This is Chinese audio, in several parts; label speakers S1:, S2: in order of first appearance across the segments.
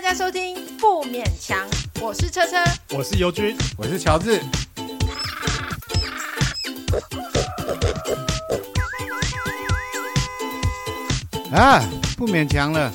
S1: 在收听《不勉强》，我是车车。
S2: 我是尤军，
S3: 我是乔治，啊，不勉强了，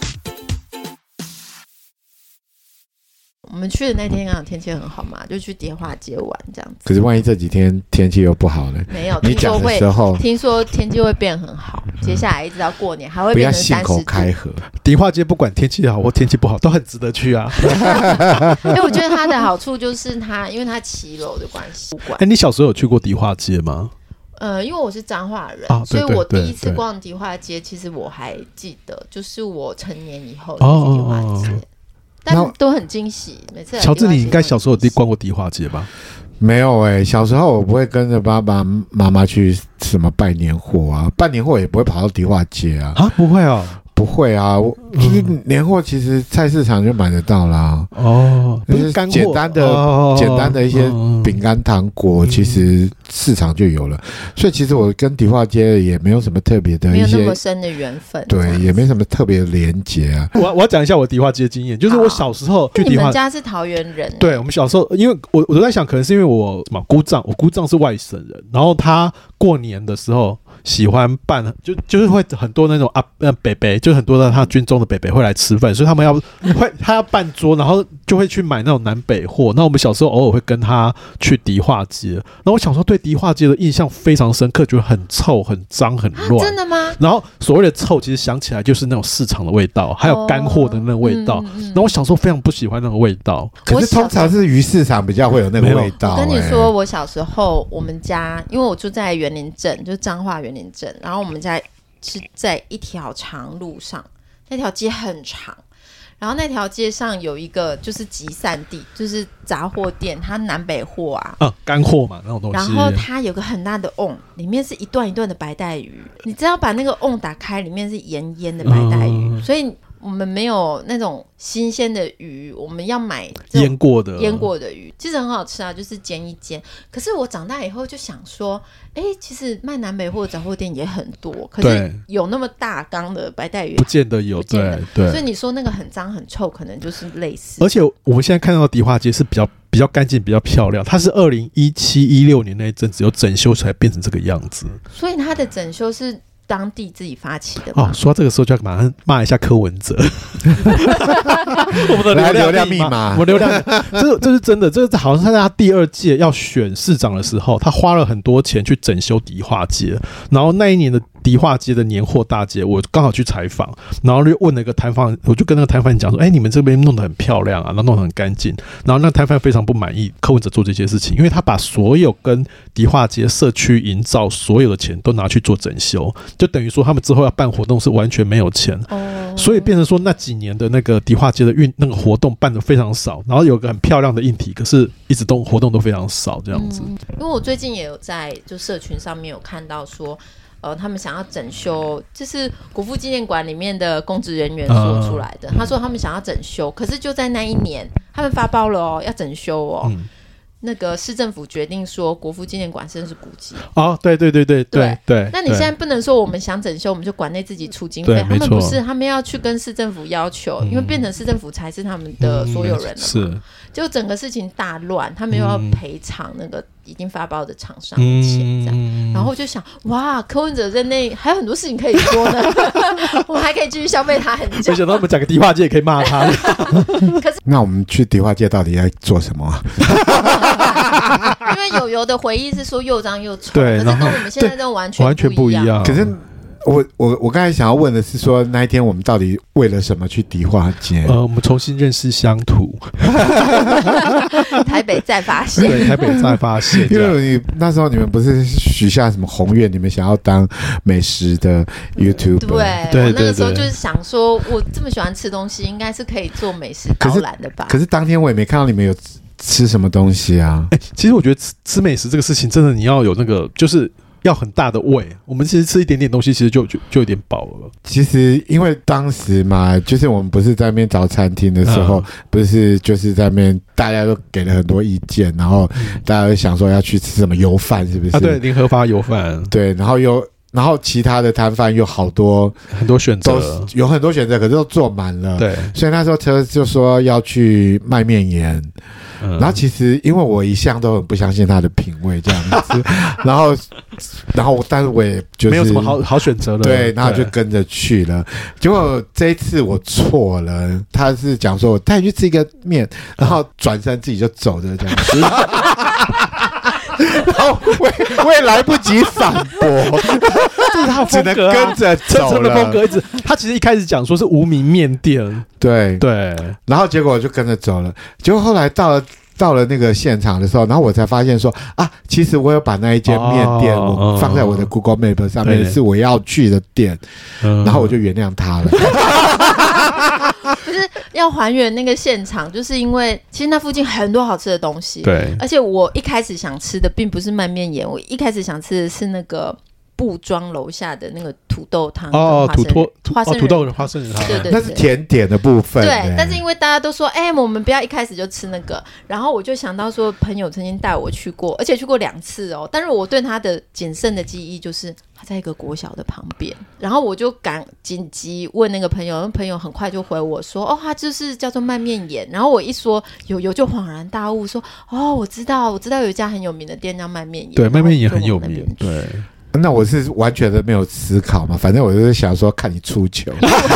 S1: 我们去的那天刚好天气很好嘛，就去蝶花街玩这样子。
S3: 可是万一这几天天气又不好了，
S1: 没有，
S3: 你
S1: 听说
S3: 讲的
S1: 会
S3: 时，候
S1: 听说天气会变很好，
S2: 嗯
S1: 接下来一直到过年还会
S3: 不要
S1: 变成
S3: 信
S1: 三
S3: 口
S1: 十度
S3: 开。河，
S2: 迪化街不管天气好或天气不好，都很值得去 啊。
S1: 哎、我觉得它的好处就是它，因为它骑楼的关系，不管
S2: 哎、你小时候有去过迪化街吗？
S1: 呃，因为我是彰化人，
S2: 啊
S1: 所
S2: 对
S1: 以我
S2: 对
S1: 第一次
S2: 对
S1: 逛迪化街，其实我还记得，就是我成年以后的
S2: 哦哦
S1: 迪化街，
S2: 哦
S1: 但
S3: 那
S1: 都很惊喜。每次来
S2: 乔治，
S1: 迪化
S2: 你
S1: 街
S2: 应该
S1: 都很
S2: 小时候有
S1: 惊喜
S2: 逛过迪化街吧？
S3: 没有哎、小时候我不会跟着爸爸妈妈去什么拜年货啊，拜年货也不会跑到迪化街啊，
S2: 啊，不会哦，
S3: 不会啊，我其实年货其实菜市场就买得到啦，
S2: 哦，不是干货，
S3: 简单的
S2: 哦
S3: 简单的一些饼干、糖果
S2: 嗯
S3: 其实市场就有了，所以其实我跟迪化街也没有什么特别的
S1: 没
S3: 一
S1: 有那么
S3: 些，
S1: 深的缘分，这
S3: 对，
S1: 样
S3: 也没什么特别的连结啊。
S2: 我我要讲一下我迪化街经验，就是我小时候去
S1: 你
S2: 迪化
S1: 们，家是桃园人，
S2: 对我们小时候，因为我我都在想，可能是因为我什么姑丈，我姑丈是外省人，然后他过年的时候喜欢办，就就是会很多那种啊呃北北，就很多的他军中的北北会来吃饭，所以他 们要会他要办桌，然后就会去买那种南北货。那我们小时候偶尔会跟他去迪化街，然后我小时候对迪化街的印象非常深刻，觉得很臭、很脏、很
S1: 啊，
S2: 乱。
S1: 真的吗？
S2: 然后所谓的臭，其实想起来就是那种市场的味道，还有干货的那个味道。
S1: 哦。嗯嗯嗯
S2: 然后我小时候非常不喜欢那个味道，
S3: 可
S1: 我
S3: 是
S1: 小
S3: 通常是鱼市场比较会有那
S2: 没
S3: 个
S2: 有
S3: 味
S1: 我
S3: 道、欸。
S1: 跟你
S2: 哎
S1: 说，我小时候我们家，因为我住在园林镇，就是彰化园林镇，然后我们家是在一条长路上，那条街很长。然后那条街上有一个就是集散地，就是杂货店，它南北货啊。
S2: 嗯，干货嘛那种东
S1: 然
S2: 西。
S1: 后它有个很大的瓮，里面是一段一段的白带鱼。你只要把那个瓮打开，里面是盐腌的白带鱼，
S2: 嗯
S1: 所以我们没有那种新鲜的鱼，我们要买这种
S2: 腌过的，
S1: 腌过的鱼，其实很好吃啊，就是煎一煎。可是我长大以后就想说，哎、其实卖南北货的杂货店也很多，可是
S2: 对
S1: 有那么大缸的白带鱼
S2: 不，见得有，
S1: 不见得
S2: 对
S1: 所以
S2: 对。
S1: 你说那个很脏很臭，可能就是类似
S2: 而且我们现在看到的迪化街是比较比较干净、比较漂亮，它是二零一七一六年那一阵子有整修才变成这个样子。
S1: 所以它的整修是当地自己发起的
S2: 哦
S1: 嘛，？
S2: 说到这个时候就要马上骂一下柯文哲，我们的
S3: 来
S2: 流
S3: 流量
S2: 密
S3: 密码
S2: 我们流量密，这这是真的，这是好像是在他第二届要选市长的时候，他花了很多钱去整修迪化街，然后那一年的迪化街的年货大街，我刚好去采访，然后就问了一个摊贩，我就跟那个摊贩讲说，哎、你们这边弄得很漂亮啊，然后弄得很干净，然后那摊贩非常不满意柯文哲做这些事情，因为他把所有跟迪化街社区营造所有的钱都拿去做整修，就等于说他们之后要办活动是完全没有钱。
S1: 哦，
S2: 所以变成说那几年的那个迪化街的运那个活动办的非常少，然后有个很漂亮的硬体，可是一直都活动都非常少这样子。
S1: 嗯因为我最近也有在就社群上面有看到说。呃，他们想要整修，这是国父纪念馆里面的公职人员说出来
S2: 嗯
S1: 的。他说他们想要整修，可是就在那一年，他们发包了哦，要整修哦。
S2: 嗯，
S1: 那个市政府决定说，国父纪念馆甚至是古迹。
S2: 哦，对对对对对哎对。
S1: 那你现在不能说我们想整修，我们就馆内自己出经
S2: 对
S1: 费，他
S2: 没
S1: 们
S2: 错
S1: 不是，他们要去跟市政府要求，
S2: 嗯
S1: 因为变成市政府才是他们
S2: 对
S1: 的所有人了嘛。
S2: 嗯是，
S1: 就整个事情大乱，他们又要赔偿那个已经发包的厂商的钱，
S2: 嗯，
S1: 这样。然后我就想，哇，柯文哲在内还有很多事情可以说 呢，我还可以继续消费他很久
S2: 没。想到我们讲个迪化街也可以 骂他，
S3: 那我们去迪化街到底在做什么啊？
S1: 因为友友的回忆是说又脏又臭，
S2: 对
S1: 可是
S2: 然
S1: 跟
S2: 后
S1: 我们现在都完全
S2: 完全不
S1: 一
S2: 一。样。
S3: 可是我我我刚才想要问的是说，那一天我们到底为了什么去迪化街？
S2: 呃，我们重新认识乡 土，
S1: 台北再发现，
S2: 对台北再发现，
S3: 因
S2: 这样
S3: 为你那时候你们不是许下什么宏愿，你们想要当美食的 YouTube，
S1: 对，我
S2: 对
S1: 那个
S2: 对
S1: 时候
S2: 对
S1: 就是想说，我这么喜欢吃东西，应该是可以做美食
S3: 可
S1: 导
S3: 是
S1: 览的吧？
S3: 可是当天我也没看到你们有吃吃什么东西啊。
S2: 其实我觉得吃吃美食这个事情，真的你要有那个，就是要很大的胃。我们其实吃一点点东西，其实就就就有点饱了。
S3: 其实因为当时嘛，就是我们不是在那边找餐厅的时候，
S2: 嗯
S3: 不是就是在那边大家都给了很多意见，然后大家都想说要去吃什么油饭，是不是？
S2: 啊啊，对，联合发油饭，
S3: 对，然后又。然后其他的摊贩有好多
S2: 很多选
S3: 都
S2: 择，
S3: 有很多选择，可是都坐满了。，
S2: 对，
S3: 所以那时候车就说要去卖面盐，
S2: 嗯
S3: 然后其实因为我一向都很不相信他的品味这样 子，然后然后但是我也就是
S2: 没有什么好好选择了，
S3: 对，然后就跟着去了。结果这一次我错了，他是讲说我带你去吃一个面，然后转身自己就走着这 样子。然后我也我也来不及反驳，
S2: 这是他的
S3: 只
S2: 风
S3: 能
S2: 格
S3: 跟
S2: 啊。
S3: 着
S2: 陈
S3: 走
S2: 诚的风
S3: 了。
S2: 格一直，他其实一开始讲说是无名面店，
S3: 对，
S2: 对，
S3: 然后结果我就跟着走了。结果后来到了到了那个现场的时候，然后我才发现说啊，其实我有把那一间面店
S2: 哦
S3: 我放在我的 Google Map 上面，
S2: 对嗯
S3: 是我要去的店，然
S2: 然
S3: 后我就原谅他了。
S1: 不是要还原那个现场，就是因为其实那附近很多好吃的东西。
S2: 对
S1: 而且我一开始想吃的并不是鳗面盐，我一开始想吃的是那个布庄楼下的那个土豆汤跟
S2: 哦
S1: 花，
S2: 土
S1: 生
S2: 托
S1: 花
S2: 哦
S1: 生
S2: 土豆人花生仁
S1: 对对
S3: 那是甜点的部分、
S1: 对
S3: 欸，
S1: 但是因为大家都说，哎、我们不要一开始就吃那个，然后我就想到说，朋友曾经带我去过，而且去过两次哦。但是我对他的仅剩的记忆就是他在一个国小的旁边，然后我就赶紧急问那个朋友，那朋友很快就回我说，哦，他就是叫做卖面眼。然后我一说有有，就恍然大悟说，哦，我知道，我知道有一家很有名的店叫卖面眼，
S2: 对，
S1: 然
S2: 妹
S1: 后
S2: 妹也
S1: 就
S2: 很有
S1: 往那
S2: 名
S1: 边，去
S2: 对，
S3: 那我是完全的没有思考嘛，反正我就是想说看你出 糗，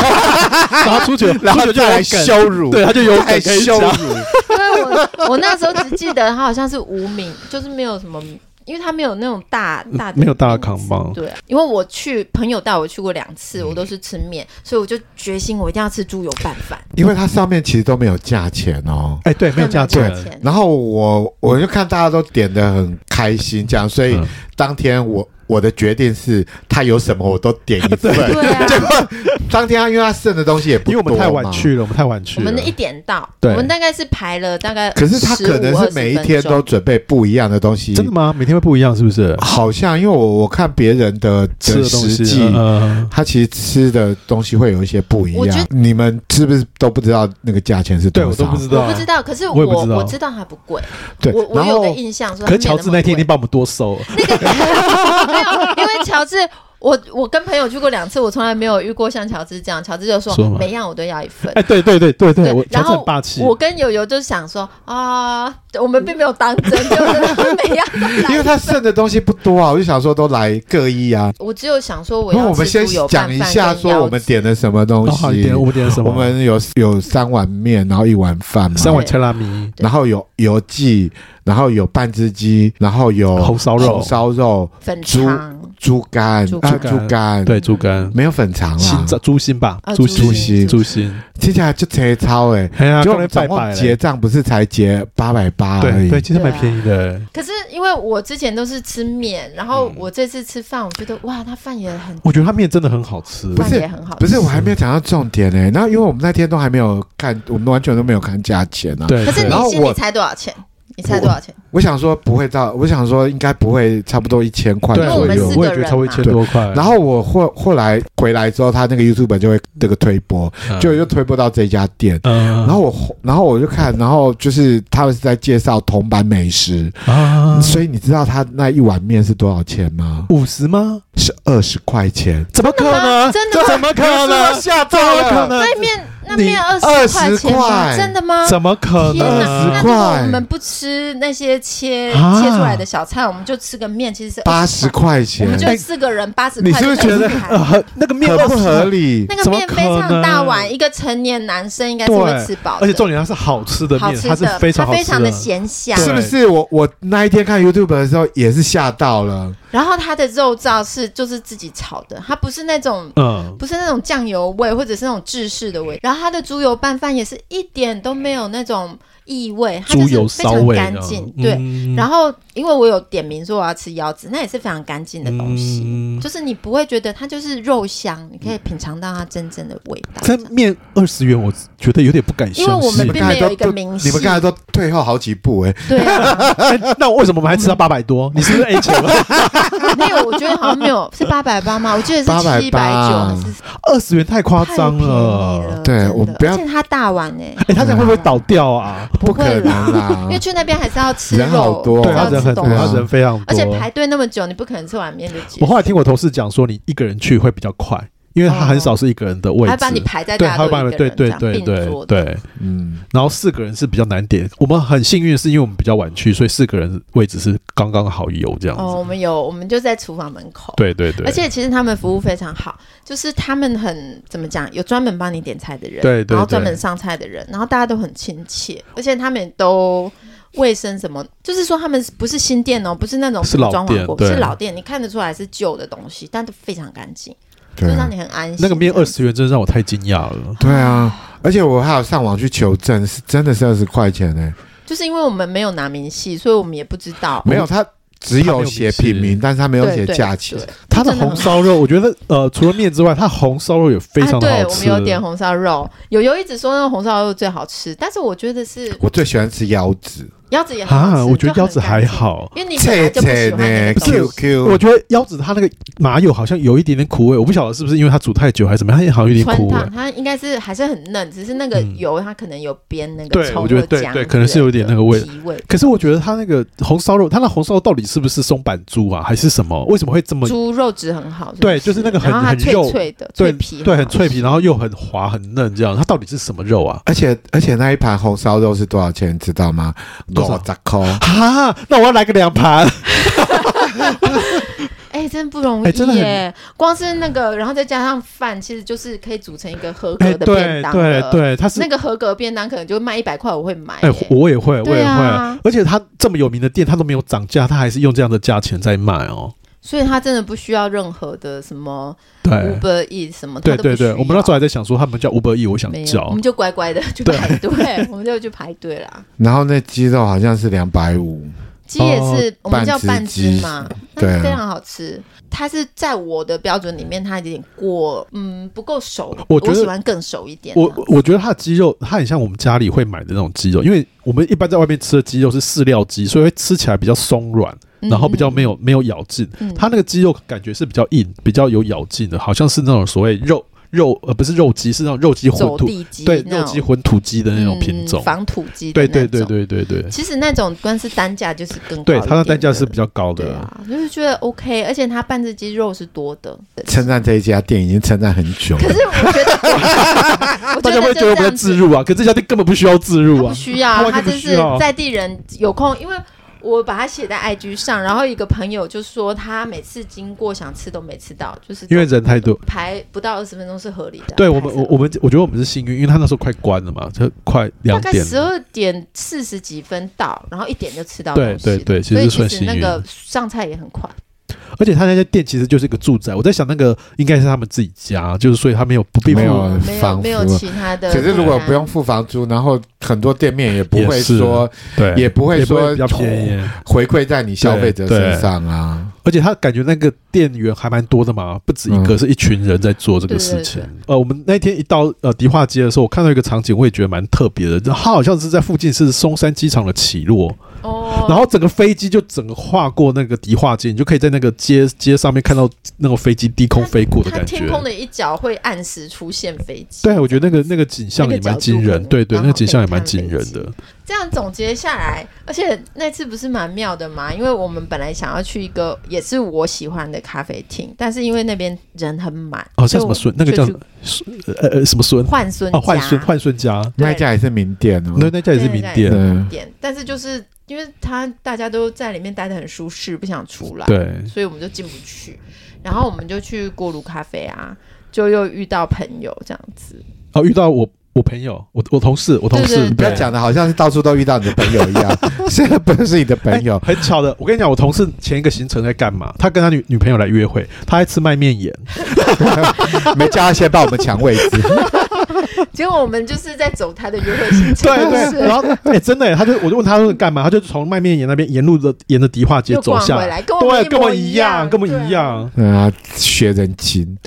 S2: 然后出去，
S3: 啊 然后
S2: 出去
S3: 再
S2: 就
S3: 来
S2: 有梗，
S3: 羞辱，
S2: 对，他就有
S3: 再来
S2: 梗可以
S3: 羞
S2: 讲，
S3: 辱，
S1: 因为 我我那时候只记得他好像是无名，就是没有什么，因为他没有那种大大的
S2: 嗯没有大的
S1: 名字
S2: 扛棒嗯
S1: 对，啊因为我去朋友带我去过两次，我都是吃面，所以我就决心我一定要吃猪油拌饭，
S3: 因为它上面其实都没有价钱哦。
S2: 哎，对，没有价
S1: 对
S2: 钱，
S1: 钱。
S3: 然后我我就看大家都点的很开心，这样，所以
S2: 嗯
S3: 当天我我的决定是，他有什么我都点一 份。
S1: 对啊，
S3: 当天他因为他剩的东西也不
S2: 因为
S3: 多
S2: 我们太晚
S3: 嘛，
S2: 去了，我们太晚去
S1: 我
S2: 了，
S1: 们一点到，我
S2: 对
S1: 们大概是排了大概15，
S3: 可是他可能是每一天
S1: 20
S3: 都
S1: 分钟
S3: 准备不一样的东西。
S2: 真的吗？每天会不一样，是不是？
S3: 好像因为我我看别人的
S2: 吃的东
S3: 实
S2: 西，
S3: 际，
S2: 呃，
S3: 他其实吃的东西会有一些不一
S1: 我觉
S3: 样。你们是不是都不知道那个价钱是
S2: 对
S3: 多
S2: 我
S3: 少？
S2: 都不知道
S1: 我不
S2: 啊
S1: 知。道，可是
S2: 我也不
S1: 我
S2: 知道
S1: 我知道它不贵，
S3: 对
S1: 我，我
S3: 然
S1: 有个
S3: 后
S1: 印象说它
S2: 可
S1: 没
S2: 是
S1: 有么
S2: 乔
S1: 贵，
S2: 治那天一定帮我们 多收，
S1: 没有，因为乔治，我我跟朋友去过两次，我从来没有遇过像乔治这样。乔治就说
S2: 说嘛
S1: 每样我都要一份。
S2: 哎，对对对对对，我乔
S1: 然
S2: 治
S1: 后
S2: 很霸气，
S1: 我跟友友就想说啊、我们并没有当真，就是 每样都来。
S3: 因为他剩的东西不多啊，我就想说都来各一啊。
S1: 我只有想说我
S3: 那
S1: 要
S3: 我们
S1: 吃
S3: 先
S1: 猪油拌
S3: 讲
S1: 饭
S3: 一下，
S1: 跟腰
S3: 说
S1: 子
S3: 我们点的什么东
S2: 哦好一
S3: 西
S2: 点，。我们点什么？
S3: 我们有有三碗面，然后一碗饭嘛，
S2: 三碗切拉米，
S1: 对
S3: 然后有油记，然后有半只鸡，然后有
S2: 哦红烧肉
S3: 红烧肉、
S1: 粉
S3: 猪
S1: 肠
S3: 猪肝
S1: 猪
S3: 啊、
S1: 肝
S3: 猪肝，
S2: 对，猪肝，
S3: 没有粉肠
S2: 心
S3: 啦，
S2: 脏猪心吧
S1: 啊，
S2: 猪
S1: 猪
S3: 心
S2: 啊猪心，
S3: 听起来就贼超哎。
S2: 哎呀，
S3: 就
S2: 刚才
S3: 总
S2: 拜
S3: 共
S2: 拜
S3: 结
S2: 了，
S3: 账不是才结八百八而
S2: 对
S3: 已，
S2: 哎对，其实
S1: 对啊
S2: 蛮便宜的。欸
S1: 可是因为我之前都是吃面，然
S3: 嗯
S1: 后我这次吃饭，我觉得哇，他饭也很，
S2: 我觉得它面真的很好吃，
S3: 不
S1: 饭
S3: 是
S1: 也很好吃。
S3: 不是，我还没有讲到重点呢、然后因为我们那天都还没有看，我们完全都没有看价钱啊。
S2: 对，
S1: 可是
S2: 对
S1: 你
S3: 然后
S1: 心里
S3: 我
S1: 猜多少钱？你猜多少钱？
S3: 我想说不会到，我想说应该不会差不多一千块
S2: 对，
S1: 因为我
S3: 左
S1: 们
S3: 右
S1: 四。
S2: 我也
S1: 个
S2: 觉得
S1: 人
S2: 超过一
S1: 嘛
S2: 千多块，
S3: 然后我后后来回来之后，他那个 YouTube 就会这个推播，
S2: 嗯
S3: 就又推播到这家店。
S2: 嗯，
S3: 然后我，然后我就看，然后就是他们是在介绍铜板美食，
S2: 啊，
S3: 所以你知道他那一碗面是多少钱吗？
S2: 五十吗？
S3: 是二十块钱，
S2: 怎么可能？
S1: 真的吗
S2: 怎么可
S3: 是不
S2: 能
S3: 是？吓
S2: 怎
S3: 到
S2: 么可
S3: 了，
S2: 能？
S1: 那面那
S2: 你
S1: 面二
S3: 20
S1: 块钱吗？
S3: 块
S1: 真的吗？
S2: 怎么可
S1: 天
S2: 能
S1: 哪！？那
S3: 20
S1: 如果
S3: 块
S1: 我们不吃那些切、
S2: 啊
S1: 切出来的小菜，我们就吃个面，其实是
S3: 八 十
S1: 20，
S3: 块
S1: 我
S3: 钱
S1: 们，就四个人八十块
S3: 你
S1: 就可以
S3: 是不是
S1: 吃
S3: 觉
S1: 完，
S3: 得
S2: 呃，很那个面
S3: 合不
S2: 20
S3: 合？理？
S1: 那个面非
S2: 怎
S1: 常
S2: 么可
S1: 大
S2: 能
S1: 碗，一个成年男生应该是会吃饱的，
S2: 而且重点它是好吃的
S1: 好
S2: 面，
S1: 吃
S2: 它是
S1: 的，
S2: 非常
S1: 它
S2: 好
S1: 非
S2: 吃
S1: 常的咸香，
S3: 是不是我我那一天看 YouTube 的时候也是吓到了？
S1: 然后它的肉燥是就是自己炒的，它不是那种。
S2: 嗯，
S1: 不是那种酱油味，或者是那种制式的味，然后它的猪油拌饭也是一点都没有那种异味，它就
S2: 猪
S1: 是
S2: 油
S1: 非
S2: 骚
S1: 常
S2: 味啊嗯
S1: 干净，对，然后，因为我有点名说我要吃腰子，那也是非常干净的东西，
S2: 嗯
S1: 就是你不会觉得它就是肉香，你可以品尝到它真正的味道。
S2: 这面二十元，我觉得有点不敢
S1: 因为
S2: 相
S1: 我们
S2: 信。
S1: 并没有一个明细
S3: 你们刚才都退后好几步哎、
S1: 对啊，
S2: 哎那为什么我们还吃到八百多？你是不哎是 A 钱了？
S1: 没有，我觉得好像没有是八百八吗？我记得是七百九
S3: 880
S1: 还是
S2: 二十元太夸张
S1: 太便宜
S2: 了。
S1: 了
S3: 对
S1: 真的
S3: 我们不要
S1: 而且它大碗哎、
S2: 哎，他这样会不会倒掉啊？
S1: 不
S3: 可
S1: 会
S3: 能
S1: 啦，
S3: 啦
S1: 因为，去那边还是要吃
S3: 人好
S1: 肉，
S3: 多哦
S2: 对
S1: 还是
S2: 他
S1: 要
S2: 人
S1: 吃
S2: 很多，
S1: 东
S3: 啊
S2: 他
S1: 西，
S2: 人非常多
S1: 而且。排队那么久，你不可能吃完面就结
S2: 我后
S1: 束，
S2: 来听我同事讲说，你一个人去会比较快，因为他很少是一个人的位
S1: 还
S2: 置
S1: 把，你排在
S2: 对，
S1: 大家
S2: 他会把
S1: 都
S2: 你
S1: 一个
S2: 对
S1: 人这
S2: 对
S1: 样
S2: 对
S1: 并
S2: 对
S1: 桌的。
S2: 对。
S3: 嗯，
S2: 然后四个人是比较难点，我们很幸运是因为我们比较晚去，所以四个人位置是刚刚好有这样
S1: 哦，
S2: 子。
S1: 我们有，我们就在厨房门口。
S2: 对对对，
S1: 而且其实他们服务非常好，就是他们很怎么讲，有专门帮你点菜的人，
S2: 对对
S1: 然后
S2: 对
S1: 专门上菜的人，然后大家都很亲切，而且他们也都卫生什么，就是说他们不是新店哦，不是那种
S2: 是老
S1: 装
S2: 店
S1: 潢过，是
S2: 对
S1: 老店，你看得出来是旧的东西，但都非常干净，就
S3: 对啊
S1: 让你很安心。
S2: 那个面二，十元真的让我太惊讶了。
S3: 对啊，而且我还有上网去求证，是真的是二十块钱欸呢、
S1: 就是因为我们没有拿明细，所以我们也不知道
S3: 没有，他只有写品名，但是他没有写
S1: 对对
S3: 价钱
S1: 对。
S2: 它的红烧肉，我觉得呃，除了面之外，它红烧肉也非
S1: 啊、
S2: 常的
S1: 对
S2: 好
S1: 我
S2: 吃。
S1: 们有点红烧肉，友友一直说那个红烧肉最好吃，但是我觉得是
S3: 我最喜欢吃腰子，
S1: 腰子也很好吃，
S2: 啊，我
S1: 就
S2: 觉得
S1: 很
S2: 腰子
S1: 干
S2: 还
S1: 净。
S2: 好。
S1: 因为你本来就不喜欢那个东西
S3: ，Q Q，
S2: 我觉得腰子它那个麻油好像有一点点苦味，我不晓得是不是因为它煮太久还是怎么样，它好像有点
S1: 川
S2: 苦味。
S1: 烫它应该是还是很嫩，只是那个
S2: 嗯
S1: 油它可能有煸那
S2: 对
S1: 个葱
S2: 我觉得
S1: 或
S2: 对
S1: 姜
S2: 对
S1: 之
S2: 可能是
S1: 类
S2: 有点
S1: 的
S2: 那个味
S1: 提味。
S2: 可是我觉得它那个红烧肉，它那红烧肉到底是不是松板猪啊，还是什么？为什么会这么
S1: 猪肉质很好，
S2: 对
S1: 不
S2: 就是那个很
S1: 然后它
S2: 很
S1: 脆
S2: 肉
S1: 脆的，
S2: 对
S1: 脆皮，
S2: 对很脆皮，。然后又很滑很嫩这样？它到底是什么肉啊？
S3: 而且而且那一盘红烧肉是多少钱，你知道吗？
S2: 多少
S3: 十块。
S2: 哈，那我要来个两盘。
S1: 哎，真不容
S2: 哎真的
S1: 易
S2: 很
S1: 耶！光是那个，然后再加上饭，其实就是可以组成一个合格
S2: 哎，
S1: 的便
S2: 对
S1: 当
S2: 对
S1: 了。
S2: 对，它是
S1: 那个合格便当可能就卖一百块，我会买耶。
S2: 哎、我也会，我
S1: 对
S2: 也会，
S1: 啊
S2: 而且它这么有名的店，它都没有涨价，它还是用这样的价钱在卖哦。
S1: 所以它真的不需要任何的什么
S2: 对，
S1: Uber E 什么。它
S2: 哎对
S1: 都不
S2: 对对，
S1: 需
S2: 我们那时候
S1: 要
S2: 还在想说，他们叫 Uber E，我想
S1: 没有，我
S2: 叫
S1: 们，就乖乖的去
S2: 对
S1: 排 队，我们就去排队啦。
S3: 然后那鸡肉好像是两百五，
S1: 鸡也
S2: 哦
S1: 是、我们叫
S3: 半
S1: 半
S3: 只鸡
S1: 只嘛，
S3: 对啊
S1: 那非常好吃。它是在我的标准里面，它有点过，嗯，不够熟。
S2: 我
S1: 我
S2: 觉得
S1: 喜欢更熟一点啊的。
S2: 我我我觉得它的鸡肉，它很像我们家里会买的那种鸡肉，因为我们一般在外面吃的鸡肉是饲料鸡，所以会吃起来比较松软，
S1: 嗯
S2: 然后比较没有没有咬劲。
S1: 嗯
S2: 它那个鸡肉感觉是比较硬，比较有咬劲的，好像是那种所谓肉肉呃不是肉鸡，是那种肉鸡混
S1: 走
S2: 土，
S1: 地鸡
S2: 对
S1: 那
S2: 肉
S1: 种
S2: 鸡混土鸡的那种品
S1: 嗯
S2: 种。
S1: 防土鸡的
S2: 对
S1: 那种。
S2: 对对对对对，
S1: 其实那种光是单价就是更高
S2: 对
S1: 一
S2: 它的
S1: 点
S2: 单价
S1: 的
S2: 是比较高
S1: 对
S2: 的。
S1: 啊，就是觉得 OK，而且它半只鸡肉是多的。
S3: 称赞这一家店已经称赞很久
S1: 可
S3: 了。
S1: 是我觉得， 我
S2: 大家会觉得我们在自
S1: 自
S2: 入啊，可这家店根本不需要自入
S1: 他
S2: 啊
S1: 不。需要，
S2: 他
S1: 他
S2: 完全
S1: 真
S2: 不需
S1: 是
S2: 要
S1: 在地人有空，因为我把它写在 IG 上，然后一个朋友就说他每次经过想吃都没吃到，就是
S2: 因为人太多。
S1: 排不到二十分钟是合理的。
S2: 对我们，
S1: 拍摄
S2: 我我们我觉得我们是幸运，因为他那时候快关了嘛，就快两
S1: 大概
S2: 点
S1: 十二点四十几分到，然后一点就吃到
S2: 对
S1: 东西了
S2: 对对其
S1: 所以
S2: 实
S1: 其
S2: 算
S1: 实
S2: 幸
S1: 那
S2: 运
S1: 个上菜也很快。
S2: 而且他那家店其实就是一个住宅，我在想那个应该是他们自己家，就是所以他没有不并
S3: 没
S2: 没
S3: 有
S2: 有
S3: 啊
S1: 没有
S3: 仿
S1: 没
S3: 佛
S1: 有其他的
S3: 可
S1: 负担。
S3: 是如果不用付房租，然后很多店面也不会
S2: 也是
S3: 说，
S2: 对，
S3: 也不会
S2: 也不
S3: 说
S2: 会比较便宜。
S3: 回馈在你消费者
S2: 对对
S3: 身上啊。
S2: 而且他感觉那个店员还蛮多的嘛，不止一个，
S3: 嗯
S2: 是一群人在做这个事情。
S1: 对对
S2: 呃，我们那天一到呃迪化街的时候，我看到一个场景，我也觉得蛮特别的，它好像是在附近是松山机场的起落，
S1: 哦，
S2: 然后整个飞机就整个划过那个迪化街，你就可以在那个街街上面看到那种飞机低空飞过的
S1: 它
S2: 感
S1: 天空
S2: 觉。
S1: 的一角会按时出现飞机。
S2: 对，我觉得那个那个景象也蛮惊
S1: 那个角
S2: 人，
S1: 度哦
S2: 对
S1: 刚
S2: 对，
S1: 好
S2: 那个景象也蛮
S1: 可以看
S2: 惊人
S1: 飞
S2: 的。
S1: 这样总结下来，而且那次不是蛮妙的嘛？因为我们本来想要去一个也是我喜欢的咖啡厅，但是因为那边人很满，
S2: 哦，
S1: 所
S2: 叫
S1: 以
S2: 什么
S1: 我
S2: 孙？那个
S1: 就
S2: 叫
S1: 去
S2: 呃呃什么孙？
S1: 换孙
S2: 哦，换孙
S1: 家
S2: 换孙家，
S1: 对
S3: 那一家也是名店哦，
S2: 那那家也是名店，
S3: 对
S1: 店，但是就是因为他大家都在里面待得很舒适，不想出来，
S2: 对
S1: 所以我们就进不去。然后我们就去锅炉咖啡啊，就又遇到朋友这样子，
S2: 哦，遇到我我朋友，我我同事，我同
S1: 对
S2: 事
S1: 对，
S3: 你不要
S2: 对
S3: 讲的好像是到处都遇到你的朋友一样，现在不是你的朋 友，
S2: 哎很巧的，我跟你讲，我同事前一个行程在干嘛？他跟他女女朋友来约会，他还吃卖面眼，
S3: 没叫他先帮我们抢位置。
S1: 结果我们就是在走他的约会 行程，
S2: 对
S1: 就是
S2: 对，然后哎、真的、他就我就问他说干嘛，他就从卖面眼那边沿路的沿着迪化街
S1: 又
S2: 走
S1: 逛
S2: 下
S1: 回来，跟我们
S2: 对，
S1: 一
S2: 跟
S1: 模
S2: 我
S1: 一
S2: 样，跟我
S1: 对啊
S2: 一。样。
S3: 嗯啊，学人精，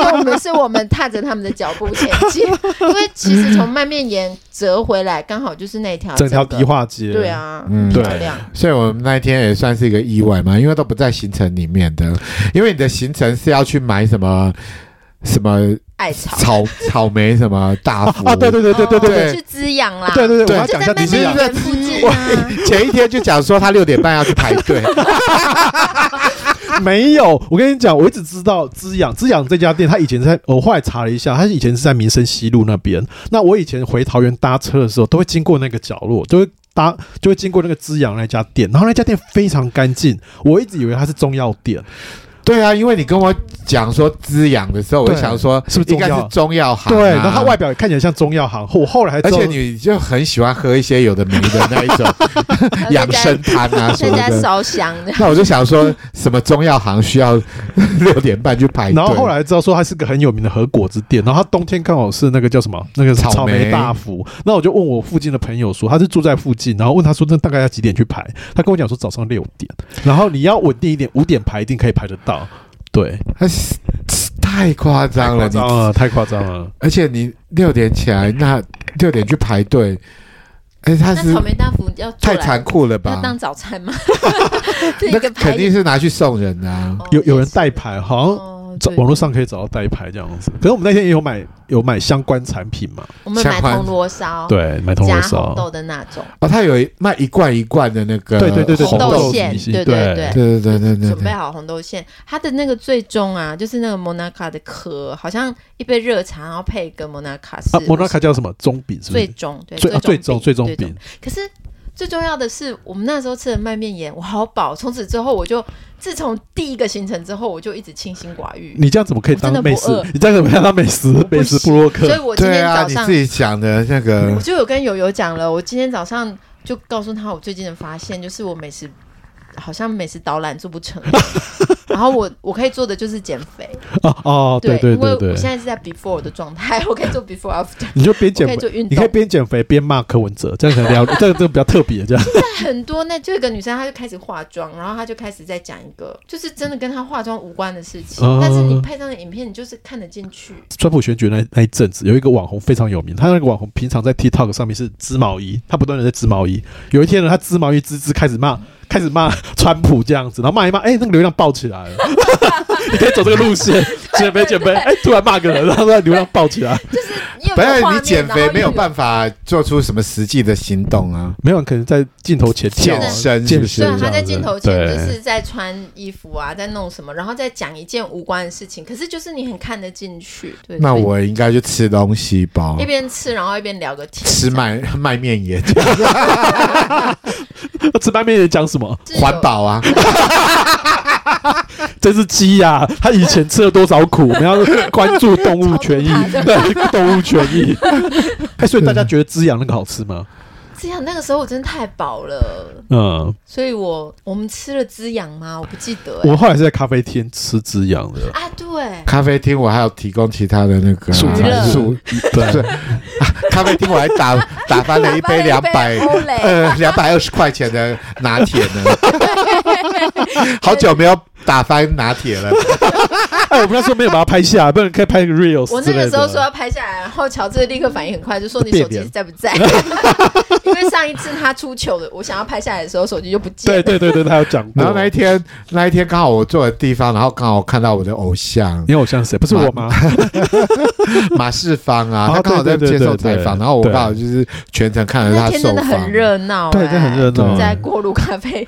S1: 就我们是我们踏着他们的脚步前进，因为其实从麦面岩折回来，刚好就是那条
S2: 整条
S1: 个
S2: 迪，化街，
S1: 对，啊，
S3: 嗯
S1: 漂
S2: 对
S1: 亮，
S3: 所以我们那一天也算是一个意外嘛，因为都不在行程里面的，因为你的行程是要去买什么什么
S1: 艾草
S3: 草草莓什 么大福
S2: 啊，对对对对对对对
S1: 哦去滋养啦，
S2: 对对对，
S3: 对
S2: 我要
S1: 就
S2: 讲一
S1: 在
S2: 下
S1: 曼
S2: 迪
S1: 丽
S2: 士尼
S3: 曼
S2: 啊
S3: 丽。
S1: 园附近啊，
S3: 前一天就讲说他六点半要去排 队，
S2: 没有，我跟你讲，我一直知道滋养滋养这家店，它以前在我后来查了一下，它以前是在民生西路那边。那我以前回桃园搭车的时候，都会经过那个角落，都会搭就会经过那个滋养那家店，然后那家店非常干净，我一直以为它是中药店，
S3: 对啊，因为你跟我讲说滋养的时候，我就
S2: 对
S3: 想说
S2: 是不是中
S3: 应该是
S2: 药
S3: 中药行啊、
S2: 对，然后它外表也看起来像中药行，我后来还
S3: 而
S2: 知道
S3: 且你就很喜欢喝一些有的没的那一 种
S1: 然后在
S3: 养
S1: 家
S3: 生汤啊什
S1: 在
S3: 么
S1: 家
S3: 的。
S1: 烧香的，
S3: 那我就想说，什么中药行 需要六点半去排队？
S2: 然后后来知道说它是个很有名的和果子店，然后它冬天刚好是那个叫什么那个
S3: 草莓
S2: 草莓大福，那我就问我附近的朋友说他是住在附近，然后问他说那大概要几点去排，他跟我讲说早上六点，然后你要稳定一点，五点排一定可以排得到。对，
S3: 哎太夸张
S2: 太夸
S3: 了，你
S2: 张了，太夸张了。
S3: 而且你六点起来，那六点去排队，哎，他
S1: 那
S3: 是
S1: 草莓大福要做
S3: 太
S1: 来
S3: 残酷了
S1: 要
S3: 吧？
S1: 当早餐 吗？这一
S3: 那
S1: 个
S3: 肯
S1: 排
S3: 定是拿去送人的啊。
S1: 哦
S2: 有有
S1: 也
S2: 人
S1: 是
S2: 代排，好像
S1: 哦
S2: 找
S1: 对
S2: 网络上可以找到代排这样子。可是我们那天也有买有买相关产品嘛？
S1: 我们
S3: 相
S1: 买
S3: 关
S1: 铜锣烧，，
S2: 对，买铜
S1: 加
S2: 锣
S1: 红
S2: 烧
S1: 豆。的那种，
S3: 哦，他有一卖一罐一罐的那个
S2: 对对对对，
S1: 红
S3: 红
S1: 豆
S3: 豆
S1: 馅
S2: 米
S1: 对对
S2: 对
S1: 对
S2: 啊
S3: 对对对对
S1: 准备
S3: 对，
S1: 好红豆馅，它的那个最终啊，就是那个摩纳卡的壳，好像一杯热茶，然后配一个摩纳卡是
S2: 啊，摩纳卡叫什么？中饼是不
S1: 最
S2: 是？
S1: 终对
S2: 最啊最
S1: 终
S2: 终
S1: 饼
S2: 最终饼，
S1: 可是最重要的是，我们那时候吃的麦面盐，我好饱。从此之后，我就自从第一个行程之后，我就一直清心寡欲。
S2: 你这样怎么可以当美食
S1: 我真的不饿？
S2: 你这样怎么可以当美食
S1: 不
S2: 美食
S1: 行
S2: 布洛
S1: 所以
S2: 克？
S1: 我今
S3: 对
S1: 天
S3: 啊，
S1: 早
S3: 你
S1: 上嗯
S3: 自，己讲的那个
S1: 我，就有跟友友讲了，我今天早上就告诉他我最近的发现，就是我美食好像美食导览做不成， 然后我我可以做的就是减肥。
S2: 哦哦，对对
S1: 因为
S2: 对
S1: 我
S2: 对
S1: 现，在是在 before 的状态， 我可以做 before after，
S2: 你就边
S1: 我
S2: 减
S1: 可以
S2: 肥，
S1: 做运
S2: 你可以
S1: 动。
S2: 边减肥边骂柯文哲，这样可 能聊，这样这个比较特别，这样。
S1: 很多那就有一个女生，她就开始化妆，然后她就开始在讲一个就是真的跟她化妆无关的事情，
S3: 哦
S2: 嗯
S1: 但是你配上的影片，你就是看得进去。
S2: 川普选举那那一阵子，有一个网红非常有名，他那个网红平常在 TikTok 上面是织毛衣，他不断的在织毛衣。有一天呢，他织毛衣织织开始骂，开始骂 川普这样子，然后骂一骂，哎、那个流量爆起来了。 你可以走这个路线，减肥减肥，哎、突然骂个人，然后流量爆起来。
S1: 你有
S3: 本
S1: 没有
S3: 来
S1: 画
S3: 你
S1: 面？
S3: 减肥没有
S1: 法，
S3: 办法做出什么实际的行动啊。
S2: 没有人可能在镜头前跳啊
S3: 健身
S2: 健
S3: 是
S1: 对
S2: 身
S3: 不是
S1: 她在
S2: 这
S1: 镜
S2: 样子
S1: 头前
S2: 对
S1: 就是在穿衣服啊，在弄什么，然后再讲一件无关的事情，可是就是你很看得进去。对，
S3: 那
S1: 所以
S3: 我应该去吃东西吧
S1: 一，边吃然后一边聊个天，
S3: 吃麦麦面也
S2: 那吃拌面也讲什么？
S1: 这样
S3: 环。保啊，
S2: 这只鸡呀，它以前吃了多少苦？我们要关注动物 权益，对动物权益。 哎，所以大家觉得滋养那个好吃吗？
S1: 这样那个时候我真的太饱了，
S2: 嗯，
S1: 所以我我们吃了滋养吗？我不记得、欸。
S2: 我后来是在咖啡厅吃滋养的，
S1: 啊，对，
S3: 咖啡厅我还有提供其他的那个啊
S2: 素
S1: 娱乐
S2: 材
S3: 素
S2: 素，
S3: 对啊
S2: 对，
S3: 咖啡厅我还打打翻了一杯 两
S1: 打啊翻了
S3: 百
S1: 一杯欧蕾
S3: 呃两百二十块钱的拿铁呢，好久没有打翻拿铁 了，
S2: 哎，我们那时候没有把它拍下来，不然可以拍个 reels
S1: 我
S2: 之
S1: 那个
S2: 类的
S1: 时候说要拍下来，然后乔治立刻反应很快，就说你手
S2: 变
S1: 机
S2: 脸
S1: 在不 在？因为上一次他出糗的，我想要拍下来的时候，手机就不见
S2: 对
S1: 了。
S2: 对对对，他有讲过。
S3: 然后那一天那一天刚好我坐的地方，然后刚好看到我的 偶像
S2: 你偶像是谁？不是我吗？
S3: 马世芳啊，
S2: 哦
S3: 他刚好在
S2: 对
S3: 接
S2: 对对
S3: 受
S2: 对对
S3: 采访，然后我
S2: 对
S3: 刚好就是全程看着
S1: 那
S3: 他
S1: 天
S3: 受
S1: 真的
S3: 访
S1: 很，热闹、
S2: 对
S1: 哎
S2: 真的啊很热闹
S1: 在锅炉咖啡。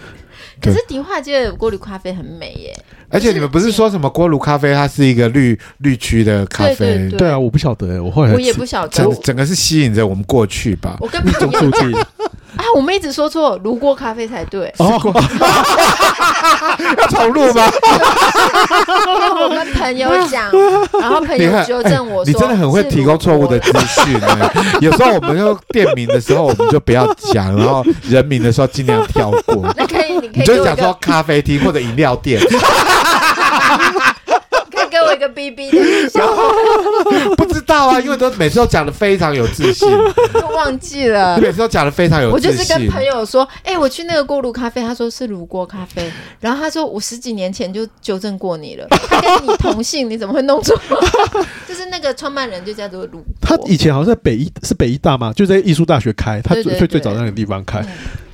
S1: 可
S3: 对
S1: 是迪化街的锅炉咖啡很美耶，
S3: 而且你们不是说什么锅炉咖啡，它是一个绿绿区的咖
S1: 对对
S3: 啡，
S1: 对，
S2: 对啊，我不晓得，我
S3: 哎
S2: 后来
S1: 我也不晓得。
S3: 整
S1: 我
S3: 整个是吸引着我们过去吧。
S1: 我跟
S2: 命中
S1: 朋友
S2: 注定。
S1: 啊，我们一直说错炉锅咖啡才对。
S2: 哦，
S3: 要重录吗？
S1: 我跟朋友 讲，然后朋
S3: 你
S1: 友
S3: 看，
S1: 纠
S3: 哎
S1: 正我说，
S3: 你真的很会提供错误的资讯、哎有时候我们要店名的时候，我们就不要讲，然后人名的时候尽量跳过。
S1: 那可以，你可
S3: 你
S1: 以给
S3: 就是
S1: 我
S3: 讲
S1: 一
S3: 说
S1: 个，
S3: 咖啡厅或者饮料店，
S1: 可以给我一个 BB 的印象，
S3: 不知道啊，因为都每次都讲的非常有 自信，
S1: 我忘记了
S3: 你。每次都讲的非常有
S1: 我就
S3: 自
S1: 是跟
S3: 信
S1: 朋。友说，哎、我去那个锅炉咖啡，他说是炉锅咖 啡，然后他说我十几年前就纠正过你了，他跟你同姓，你怎么会弄错？ 就是那个创办人就叫做炉锅，
S2: 他以前好像在北医，是北医大嘛，就在艺术大学开，他
S1: 对对
S2: 最
S1: 对
S2: 最最早在那个地方开
S1: 嗯。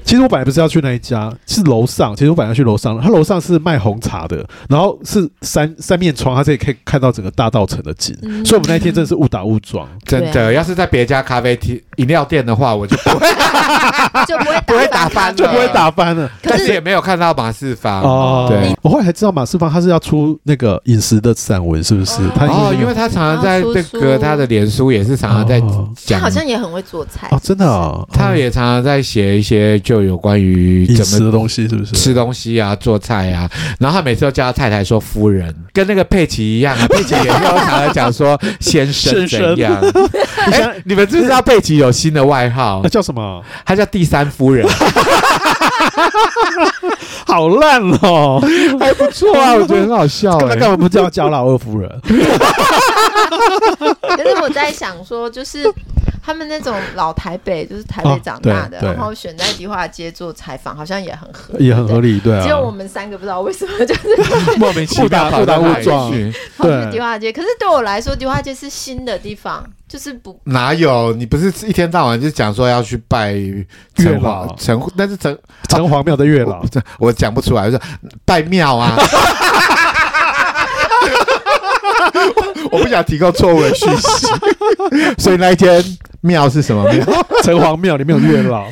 S2: 其实我本来不是要去那一家，是楼上。其实我本来要去楼上，它楼上是卖红茶的，然后是三三面窗，它这里可以看到整个大道城的景。
S1: 嗯
S2: 所以我们那一天真的是误打误撞，
S3: 真
S1: 啊
S3: 的，要是在别家咖啡厅、饮料店的话，我就不会，
S1: 就不会
S3: 不会打翻
S2: 就不会打翻了。
S1: 可
S3: 但是
S1: 是
S3: 也没有看到马世芳
S2: 哦，
S3: 啊对，
S2: 我后来才知道马世芳他是要出那个饮食的散文，是不是？
S1: 哦
S2: 他
S3: 哦，
S2: 经
S3: 因为他常常在
S1: 然后
S3: 这
S1: 出
S3: 个
S1: 书
S3: 他的脸书也是常常在
S2: 哦
S1: 他
S3: 讲
S1: 好，像也很会做菜
S2: 哦，，真的哦，
S3: 他也常常在写一些就有关于
S2: 饮
S3: 怎
S2: 食
S3: 么
S2: 的东西是不是？
S3: 吃东西啊、做菜啊，然后他每次都叫他太太说“夫人”，跟那个佩奇一 样啊。佩奇也经常常讲说“先生”
S2: 先生
S3: 怎样。 哎、你们知不知道佩奇有新的外号
S2: 那？叫什么？
S3: 他叫“第三夫人
S2: 好烂哦！”，
S3: 还不错 啊，我觉得很好笑
S2: 那
S3: 哎、
S2: 干嘛不叫加老二夫人？
S1: 可是我在想说，就是他们那种老台北，就是台北长大的，
S2: 哦对对
S1: 然后选在迪化街做采访，好像也很合理，
S2: 也很合
S1: 理。
S2: 理，对
S1: 只有我
S2: 啊。
S1: 们三个不知道为什么就是
S3: 莫名其妙跑
S2: 误打
S3: 到
S2: 误打
S3: 哪里
S2: 误撞
S3: 去？
S1: 跑去
S2: 对
S1: 迪化街，可是对我来说，迪化街是新的地方，就是不
S3: 哪有？你不是一天到晚就讲说要去拜
S2: 月
S3: 城
S2: 老
S3: 隍城，但是城
S2: 城隍庙的月 老
S3: 我，这我讲不出来，我说拜庙啊。 我我不想提供错误的讯息， 所以那一间庙是什么庙？
S2: 城隍庙里面有月老，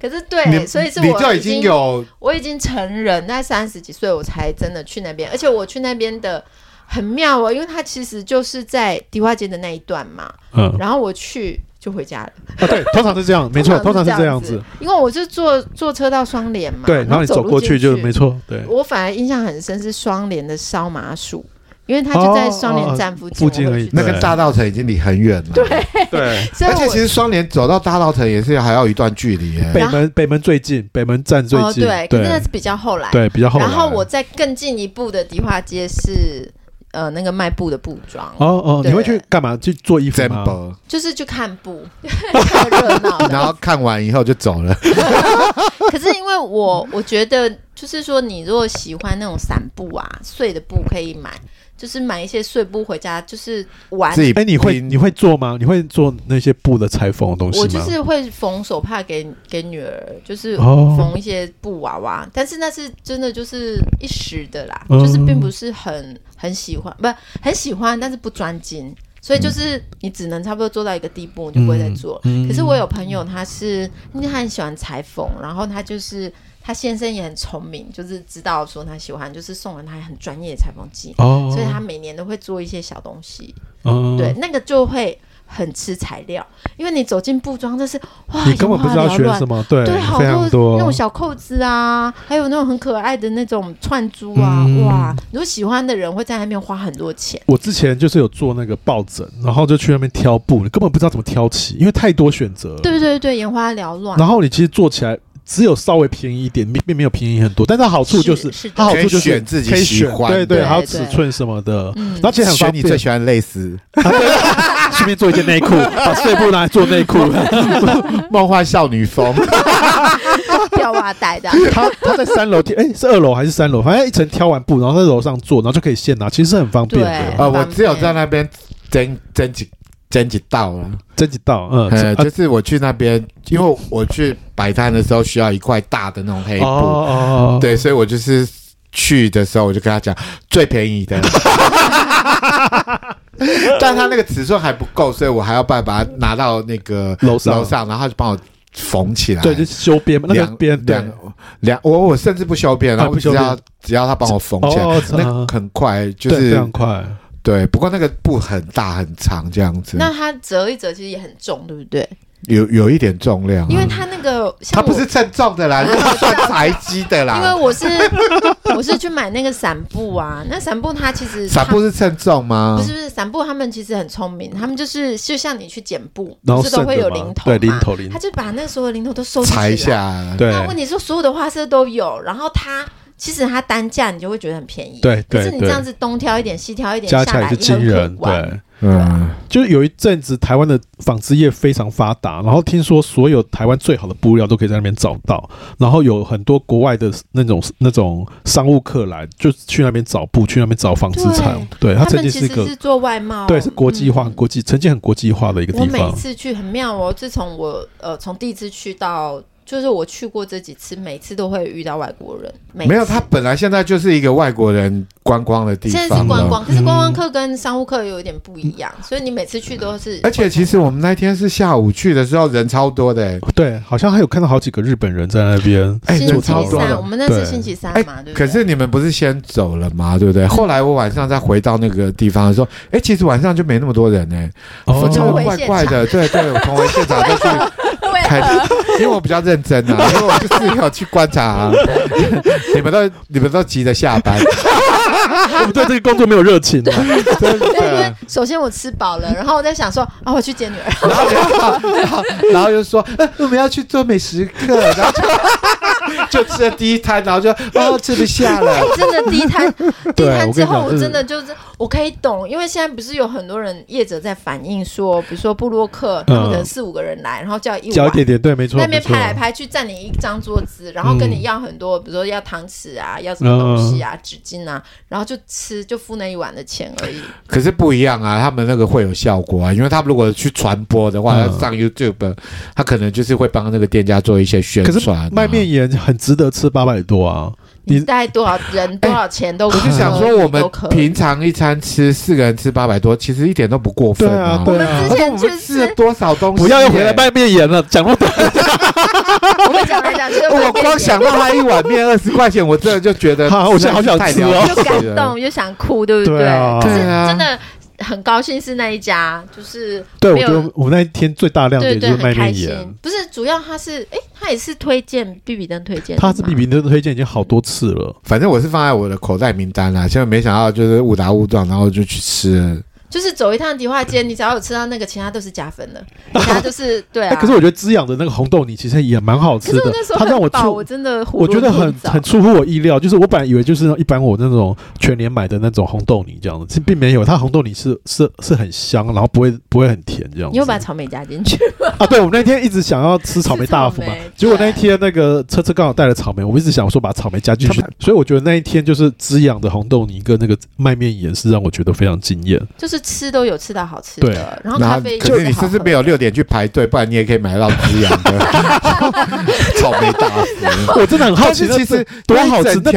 S1: 可是
S3: 你
S1: 对，所以是
S3: 你
S1: 我
S3: 就已
S1: 经
S3: 经，有
S1: 我已经成人，在三十几岁我才真的去那边，而且我去那边的很妙哦，因为它其实就是在迪化街的那一段嘛，
S2: 嗯啊，
S1: 然后我去就回家了，
S2: 对，通常是这样，没错，通常是这样子，，
S1: 因为我是坐坐车到双连嘛，
S2: 对，然后你走
S1: 走
S2: 过
S1: 去
S2: 去就没。错， 对，
S1: 我反而印象很深是双连的烧麻薯，因为它就在双连站附近，
S2: 哦哦哦附近
S1: 我会
S2: 而已
S1: 去
S3: 那个大道城已经离很远了，对，
S2: 对，
S1: 所以
S3: 而且
S1: 我
S3: 其实双连走到大道城也是还要一段距离耶。
S2: 北门北门最近，北门站最
S1: 哦
S2: 近，
S1: 对，可是那
S2: 对
S1: 是比较后来，
S2: 对，比较后来。
S1: 然后我再更进一步的迪化街是呃那个卖布的布庄，
S2: 哦哦，
S1: 对
S2: 你会去干嘛？去做 衣服
S3: 真
S2: 吗？
S3: 薄，
S1: 就是去看布， 看热闹的。
S3: 然后看完以后就走了。
S1: 可是因为我我觉得就是说，你如果喜欢那种散布啊碎的布可以买，就是买一些碎布回家就是玩
S3: 自。己
S2: 哎，你会
S3: 拼
S2: 你会做吗？你会做那些布的裁缝的东西
S1: 我
S2: 吗？
S1: 就是会缝手帕给给女儿，就是
S2: 哦
S1: 缝一些布娃娃，但是那是真的就是一时的啦，
S2: 嗯
S1: 就是并不是很很喜欢，不很喜欢，但是不专精，所以就是你只能差不多做到一个地步，你就不会再做了。
S2: 嗯
S1: 可是我有朋友，他是因为他很喜欢裁缝，然后他就是他先生也很聪明，就是知道说他喜欢，就是送了他很专业的裁缝机，
S2: 哦，
S1: 所以他每年都会做一些小东西。
S2: 嗯
S1: 对，，那个就会很吃材料，因为你走进布庄，就是哇，
S2: 你根本不知道
S1: 眼花
S2: 学
S1: 缭乱
S2: 什么，对
S1: 对，好
S2: 非常
S1: 多那种小扣子啊，还有那种很可爱的那种串珠啊，
S2: 嗯
S1: 哇！如果喜欢的人会在那边花很多钱，
S2: 我之前就是有做那个抱枕，然后就去那边挑布，你根本不知道怎么挑起，因为太多选择了。
S1: 对对对，眼花缭乱。
S2: 然后你其实做起来只有稍微便宜一点，并并没有便宜很多，但它好处就是
S1: 是的
S2: 它好处就是
S3: 可以选自己
S2: 可以
S3: 喜
S2: 选
S3: 欢
S2: 对对，
S1: 的
S2: 还有
S1: 对
S2: 尺
S1: 对
S2: 寸什么的，
S1: 嗯
S2: 然后其实很方
S3: 选你
S2: 便啊
S3: 最。喜欢蕾丝，
S2: 顺便做一件内 裤，把碎布拿来做内裤。
S1: 嗯
S3: 梦幻少女风，
S1: 吊袜带 的啊，
S2: 他他在三楼，哎，是二楼还是三楼？反正一层挑完布，然后在楼上做，然后就可以现拿，其实是很方便
S1: 对
S2: 的。啊
S3: 呃，
S1: 很
S3: 我
S1: 方
S3: 只有在
S1: 便
S3: 那边争争几争几道啊了。
S2: 这几道，嗯，
S3: 呃，
S2: 啊
S3: 就是我去那边，因为我去摆摊的时候需要一块大的那种黑布，
S2: 哦哦，哦，
S3: 对，所以我就是去的时候我就跟他讲最便宜的， 但他那个尺寸还不够，所以我还要办法把它拿到那个
S2: 楼上
S3: 楼上，然后他就帮我缝起来，
S2: 啊对，就是修边嘛，那个
S3: 两
S2: 边对
S3: 两两，我我甚至不修边，然
S2: 啊
S3: 后我
S2: 不
S3: 只
S2: 修边
S3: 要只要他帮我缝起来，
S2: 哦，
S3: 那
S2: 啊
S3: 个很快，就
S2: 对非
S3: 是
S2: 常快。
S3: 对，不过那个布很大很长这样子，
S1: 那它折一折其实也很重，对不对？
S3: 有有一点重量啊，
S1: 因为它那个
S3: 它
S1: 像
S3: 不
S1: 我
S3: 是称重的 啦，它是算材积的
S1: 因为
S3: 啦。
S1: 我是 我是去买那个伞布啊，那伞布它其实
S3: 散
S1: 它
S3: 步是称重
S2: 嗯
S3: 吗？
S1: 不是不是，散步他们其实很聪明，他们就是就像你去剪布，
S2: 然后
S1: 不是都会
S2: 剩
S1: 有
S2: 的嘛
S1: 零头
S2: 对
S1: 嘛
S2: 零头零头
S1: 他就把那所有零头都收集起来
S3: 裁下啊来。
S2: 对
S1: 那问题是所有的花色都有，然后它其实它单价你就会觉得很便宜，。
S2: 对
S1: 可
S2: 对
S1: 是
S2: 对，
S1: 你这样子东挑一点西挑一点，下
S2: 加起来
S1: 来
S2: 是
S1: 也
S2: 惊
S1: 很
S2: 人，
S1: 可观。
S2: 对。
S3: 嗯，
S2: 就是有一阵子台湾的纺织业非常发达，然后听说所有台湾最好的布料都可以在那边找到，然后有很多国外的那种那种商务客来，就去那边找布，去那边找纺织厂。对，它
S1: 他
S2: 曾
S1: 们
S2: 经
S1: 其
S2: 是一
S1: 实
S2: 个
S1: 是做外贸，
S2: 对是国际化、
S1: 嗯
S2: 国际曾经很国际化的一个
S1: 我
S2: 地
S1: 每
S2: 方。
S1: 次去很妙哦，自从我呃从第一次去到就是我去过这几次，每次都会遇到外国人。每
S3: 没有，
S1: 次
S3: 它本来现在就是一个外国人观光的地
S1: 现
S3: 方，嗯
S1: 在是观光，。可是观光客跟商务客又有点不一样，所以你每次去都是。
S3: 嗯而且其实我们那天是下午去的时候，人超多的、欸，
S2: 对，好像还有看到好几个日本人在那边。
S3: 哎、
S1: 星
S3: 人
S1: 期
S3: 超
S1: 三，
S3: 多
S1: 我
S3: 的。哎
S1: 们那是
S2: 对
S1: 星期三嘛，对不嗯
S3: 可
S1: 对？
S3: 是你们不是先走了吗？对不对？后来我晚上再回到那个地方的时候，哎、其实晚上就没那么多人呢、欸。
S2: 哦
S3: 我觉得
S1: 回
S3: 怪怪的，对对，我从回现场就去
S1: 为
S3: 开，因为我比较认真啊，因为我就是要去观察、啊。 你们都你们都急着下班，
S2: 我们对这个工作没有热情啊。
S3: 真
S1: 对，因为
S3: 的。
S1: 首先我吃饱了，然后我在想说，啊，我去接女 儿，
S3: 然后然后然后然后就说，呃，我们要去做美食 课，然后就就吃了第一摊，然后就哦吃不下了。
S1: 真的第一摊，第一
S2: 我跟
S1: 摊
S2: 你
S1: 之后，
S2: 讲
S1: 我
S3: 嗯
S2: 就是
S1: 真的就是我可以懂，因为现在不是有很多人业者在反映说，比如说布洛克，他们
S3: 嗯
S1: 可能四五个人来，然后叫一
S2: 交一
S1: 碗。
S2: 点点，对，没错，
S1: 那边
S2: 没错
S1: 拍。来拍去，占你一张桌子，然后跟你要很多，比如说要汤匙啊，要什么东西啊，纸巾啊，然后就吃，就付那一碗的钱而已。
S3: 可是不一样啊，他们那个会有效果啊，因为他们如果去传播的话，
S2: 嗯
S3: 他上 YouTube，他可能就是会帮那个店家做一些宣
S2: 可
S3: 传啊、
S2: 是卖面也很值得吃八百多啊，你
S1: 你带多少人、多少 钱都
S3: 我
S1: 可以，
S3: 就想说，我们
S1: 都可以
S3: 平常一餐吃四个人吃八百多，其实一点都不过分啊。
S2: 对啊对
S1: 我
S2: 啊
S1: 们
S3: 而
S1: 之
S3: 且我
S1: 前
S3: 们
S1: 去
S3: 吃了
S1: 吃，
S3: 多少东西、
S2: 不要又回来。卖面盐了，讲不懂。
S1: 我跟你讲来讲去，
S3: 我光想到他一碗面二十块钱，我真的就觉得
S2: 好我想好想吃哦
S3: 实
S1: 又
S3: 在是太了不起
S1: 感
S3: 了。
S1: 动又想哭，对不
S2: 对啊
S1: 可是
S3: 对啊
S1: 真的很高兴是那一家，就是
S2: 对，我
S1: 没有
S2: 觉得我们那一天最大亮
S1: 对
S2: 点
S1: 对
S2: 就是
S1: 很
S2: 卖
S1: 开
S2: 面
S1: 心
S2: 盐，。
S1: 不是主要他是哎，他也是推荐比比登推荐的吗，
S2: 他是比比登推荐已经好多次了，
S3: 反正我是放在我的口袋名单啦，结果没想到就是误打误撞，然后就去吃了。
S1: 就是走一趟迪化街，你只要有吃到那个，其他都是加分的，其他都 是对
S2: 哎，
S1: 啊。
S2: 可是我觉得滋养的那个红豆泥其实也蛮好
S1: 可
S2: 吃
S1: 是我
S2: 的
S1: 那时，候
S2: 它让我
S1: 很饱，
S2: 出
S1: 我真的囫
S2: 我觉得
S1: 囵
S2: 很
S1: 吞枣
S2: 很出乎我意料，就是我本来以为就是一般我那种全年买的那种红豆泥这样子，其实并没有，它红豆泥是是是很香，然后不会不会很甜这样
S1: 你又把
S2: 子。
S1: 草莓加进 去，
S2: 啊，对，我们那天一直想要吃草莓大福嘛
S1: 吃草莓，
S2: 结果那一天那个车车刚好带了草莓，我们一直想说把草莓加进去，所以我觉得那一天就是滋养的红豆泥跟那个麦面盐是让我觉得非常惊艳。
S1: 就是吃都有吃到好吃
S2: 对
S1: 的，然后
S3: 然
S1: 咖
S3: 后
S1: 啡
S3: 可是你是不是没有
S1: 六。
S3: 六点去排队，不然你也可以买到滋养的 草莓大福。
S2: 我真的很好奇，
S3: 但是其实
S2: 那多好吃，
S3: 那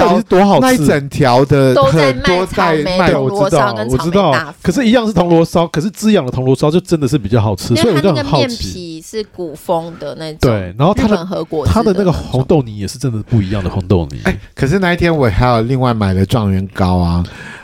S2: 那
S3: 一整条
S2: 到底是多好
S3: 那一
S2: 吃？
S3: 整
S1: 都在卖
S3: 条的很多在
S1: 草莓
S3: 卖
S2: 对，
S1: 铜
S2: 我
S1: 锣
S2: 知
S1: 烧
S2: 道
S1: 跟，
S2: 我
S1: 草
S2: 知
S1: 莓
S2: 道
S1: 大福，
S2: 可是一样是铜锣烧，可是滋养的铜锣烧就真的是比较好吃，
S1: 因
S2: 所以
S1: 为
S2: 我
S1: 它
S2: 就
S1: 那
S2: 很
S1: 个
S2: 好
S1: 面
S2: 奇。
S1: 皮是古风的那种，
S2: 对，然后它
S1: 日
S2: 的
S1: 本和果
S2: 它
S1: 汁
S2: 的
S1: 的
S2: 那个
S1: 种
S2: 红豆泥也是真的不一样的红豆泥。
S3: 哎，可是那一天我还有另外买了状元糕啊，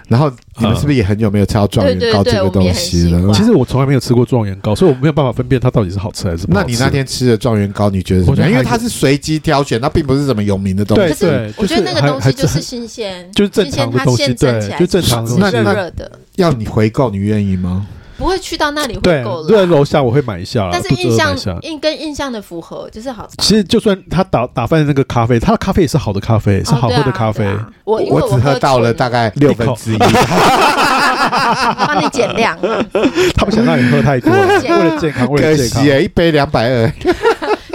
S3: 然后你们是不是也很久没有吃到状元糕
S1: 嗯对对对
S3: 这个东西
S1: 我们也很喜
S3: 了
S1: 欢？
S2: 其实我从来没有吃过状元糕，所以我没有办法分辨它到底是好吃还是不好
S3: 那
S2: 吃。
S3: 你那天吃的状元糕，你觉得怎
S2: 我
S3: 么
S2: 觉得
S3: 样？
S2: 还
S3: 因为它是随机挑选，它并不是什么有名的东
S2: 对
S1: 可
S3: 西。
S1: 是我
S2: 就
S1: 觉得那
S2: 是
S1: 个
S2: 还
S1: 东西
S2: 还
S1: 就是
S2: 还
S1: 新鲜，
S2: 就是正
S1: 新鲜
S2: 常的
S1: 它
S2: 东西
S1: 现蒸
S2: 对
S1: 起来
S2: 就正常的
S1: 是
S3: 东西
S1: 热热的，
S3: 要你回购，你愿意吗？
S1: 不会去到那里
S2: 对
S1: 会够，
S2: 对，
S1: 了。
S2: 楼下我会买一下啦，
S1: 但是
S2: 肚子
S1: 印
S2: 饿买
S1: 象
S2: 一下。
S1: 印跟印象的符合就是好吃。
S2: 其实就算他打打翻那个咖啡，他的咖啡也是好的咖啡，是
S1: 哦
S2: 好喝
S1: 对啊
S2: 的咖啡。
S1: 对啊我因为
S3: 我只喝到了
S1: 纯
S3: 大概六分之一，可
S1: 帮你减量，啊
S2: 他不想让你喝 太多，
S1: 健
S2: 为了健康，为了健
S3: 惜
S2: 康。
S3: 耶，一杯两百二。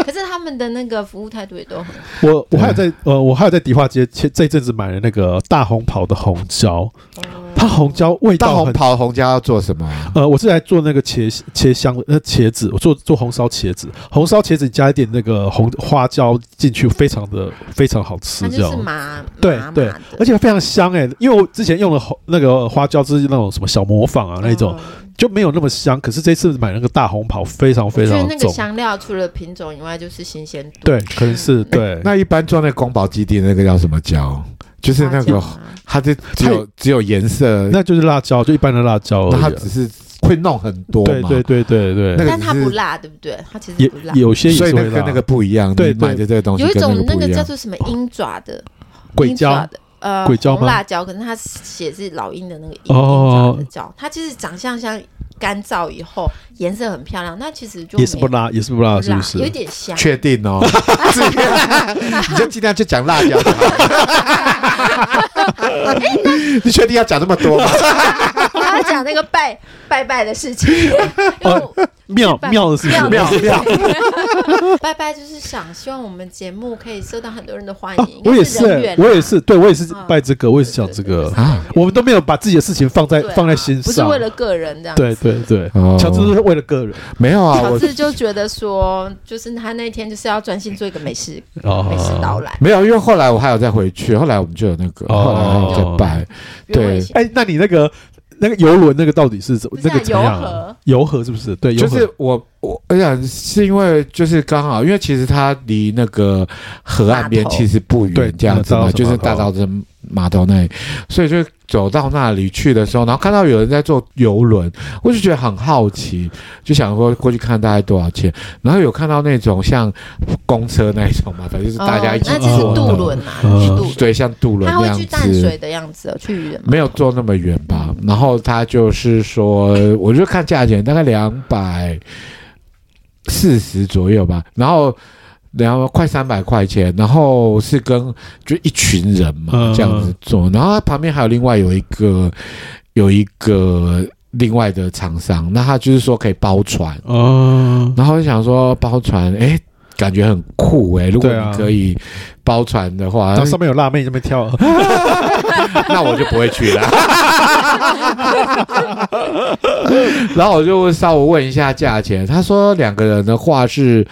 S1: 可是他们的那个服务态度也都很好。
S2: 我
S3: 嗯
S2: 我还有在呃，我还有在迪化街前这一阵子买了那个大红袍的红椒，
S1: 哦
S2: 它红椒味
S3: 大
S2: 道
S3: 红
S2: 很。
S3: 袍红椒要做什么啊？
S2: 呃，我是来做那个茄茄香的，那茄子，我做做红烧茄子，红烧茄子加一点那个红花椒进去，非常的非常好吃
S1: 它，
S2: 这
S1: 就是
S2: 样。
S1: 麻
S2: 哦对
S1: 麻麻
S2: 对
S1: 的，
S2: 而且非常香哎、因为我之前用了红那个花椒是那种什么小模仿啊那一种，
S1: 嗯
S2: 就没有那么香。可是这次买那个大红袍非常
S1: 我
S2: 非
S1: 觉得
S2: 常
S1: 那个
S2: 重，
S1: 香料除了品种以外，就是新鲜度。
S2: 对，可能 是对。
S3: 那一般做那个宫保鸡丁那个叫什么椒？就是那
S1: 花椒
S3: 个，
S1: 啊
S3: 它就只有只有颜色，
S2: 那就是辣椒，就一般的辣椒
S3: 那它
S2: 而已啊。
S3: 只是会弄很多
S2: 对
S3: 嘛。
S2: 对对对对，
S3: 那个
S1: 但它
S3: 只是
S1: 不辣，对不对？它其实
S2: 也
S1: 不辣。
S2: 有些也
S3: 所以
S2: 是
S3: 那
S2: 会
S3: 个跟
S2: 辣
S3: 那个不一样，
S2: 对
S3: 你买的这个东西
S1: 有一
S3: 跟
S1: 种
S3: 那
S1: 那
S3: 个不
S1: 个
S3: 一
S1: 叫
S3: 样。
S1: 做什么鹰爪的
S2: 哦鬼
S1: 鹰爪
S2: 椒，
S1: 的，呃，
S2: 鬼椒吗
S1: 红辣椒，可是它写是老鹰的那个鹰鹰
S2: 哦
S1: 爪的椒，它其实长相像干燥以后颜色很漂亮，那其实就
S2: 也是不
S1: 没
S2: 辣，也是不辣，
S1: 有
S2: 是不
S1: 有
S2: 是？
S1: 点香。
S3: 确定 哦， 你就尽量就讲辣椒 就好。 你确定要讲那么多吗？
S1: 我要讲那个拜拜拜的事情，因为我
S2: 妙
S1: 拜
S2: 妙的是不是
S1: 妙的事情 拜拜就是想希望我们节目可以受到很多人的欢
S2: 啊
S1: 迎。应，该
S2: 我也
S1: 是
S2: 是
S1: 人缘，啦，
S2: 我也是，对我也是
S1: 啊
S2: 拜这个，我也是想这
S1: 对
S2: 个
S1: 对对，
S3: 啊
S2: 我们都没有把自己的事情放在
S1: 对啊
S2: 放在心
S1: 不是
S2: 上
S1: 为，了个人这样。
S2: 对对对
S3: 哦，
S2: 乔治是为了个人
S3: 没有啊，
S1: 乔
S3: 我
S1: 治就觉得说，就是他那天就是要专心做一个美食美食导
S2: 哦。
S1: 览，
S3: 没有，因为后来我还有再回去，后来我们就有那个，
S2: 哦
S3: 后来还有再拜，
S1: 约会
S3: 对
S1: 型
S2: 哎，那你那个那个游轮那个到底是怎
S1: 不是
S2: 那
S1: 啊
S2: 个怎么样
S1: 游
S2: 啊
S1: 河？
S2: 游河是不是？对，游
S3: 就
S2: 河
S3: 是我我我想是因为就是刚好，因为其实它离那个河岸边
S1: 码头
S3: 其实不
S2: 对
S3: 远，这样子
S2: 大稻
S3: 嘛，
S2: 埕
S3: 就是
S2: 码头
S3: 大稻埕码头那里，所以就走到那里去的时候，然后看到有人在坐游轮，我就觉得很好奇，就想说过去看大概多少钱，然后有看到那种像公车那一种嘛，反正就是大家一起
S1: 哦那就是
S3: 坐的，
S1: 渡轮啊，
S2: 嗯
S1: 是渡轮，
S3: 对，像渡轮
S1: 他
S3: 那样
S1: 会
S3: 子。
S1: 去淡水的样子哦，去渔人码头
S3: 没有坐那么远吧。然后他就是说，我就看价钱，大概两百四十左右吧。然后两快三百块钱，然后是跟就一群人嘛
S2: 嗯
S3: 这样子坐，然后他旁边还有另外有一个有一个另外的厂商，那他就是说可以包船，
S2: 哦，
S3: 然后我就想说包船，哎。感觉很酷哎、如果
S2: 对啊
S3: 你可以包船的话，
S2: 然后上面有辣妹在那边跳，
S3: 啊 那我就不会去了。然后我就稍微问一下价钱，他说两个人的话是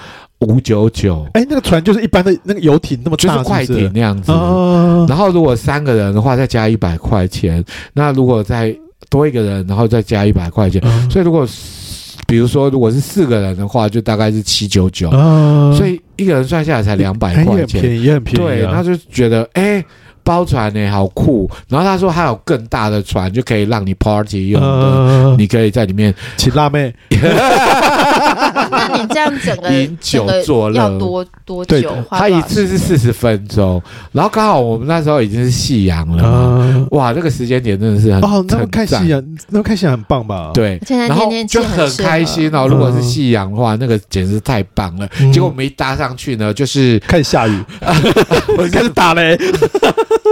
S3: 五九九，
S2: 哎，那个船就是一般的那个游艇那么
S3: 就
S2: 大，
S3: 是快
S2: 是不是
S3: 艇那样子。
S2: 哦，
S3: 然后如果三个人的话，再加一百块钱。那如果再多一个人，然后再加一百块
S2: 嗯
S3: 钱。所以如果比如说如果是四个人的话，就大概是七九九。
S2: 啊
S3: 所以一个人算下来才两百
S2: 哎也
S3: 块
S2: 很
S3: 钱，
S2: 便宜，也很便宜啊。
S3: 对，他就觉得哎、包船呢、欸好酷。然后他说还有更大的船，就可以让你 party 用的，
S2: 呃，
S3: 你可以在 里面
S2: 请辣妹，
S1: 那你这样整个
S3: 饮
S1: 整
S3: 酒
S1: 个
S3: 作乐
S1: 要多多
S2: 对
S1: 久？花
S3: 他
S1: 多
S3: 一
S1: 少
S3: 次是四十分钟，然后刚好我们那时候已经是夕阳了嘛，
S2: 啊
S3: 哇，这个时间点真的嗯是很
S2: 哦，那么看啊
S3: 很
S2: 戏
S3: 赞
S2: 啊，那么看戏很棒吧？，
S3: 对。
S1: 现在
S3: 然后
S1: 天天气
S3: 就很
S1: 适合
S3: 开心哦！如果是夕阳的话，那个简直太棒了。
S2: 嗯
S3: 结果我们一搭上去呢， 就是
S2: 开始下 雨，开始打雷，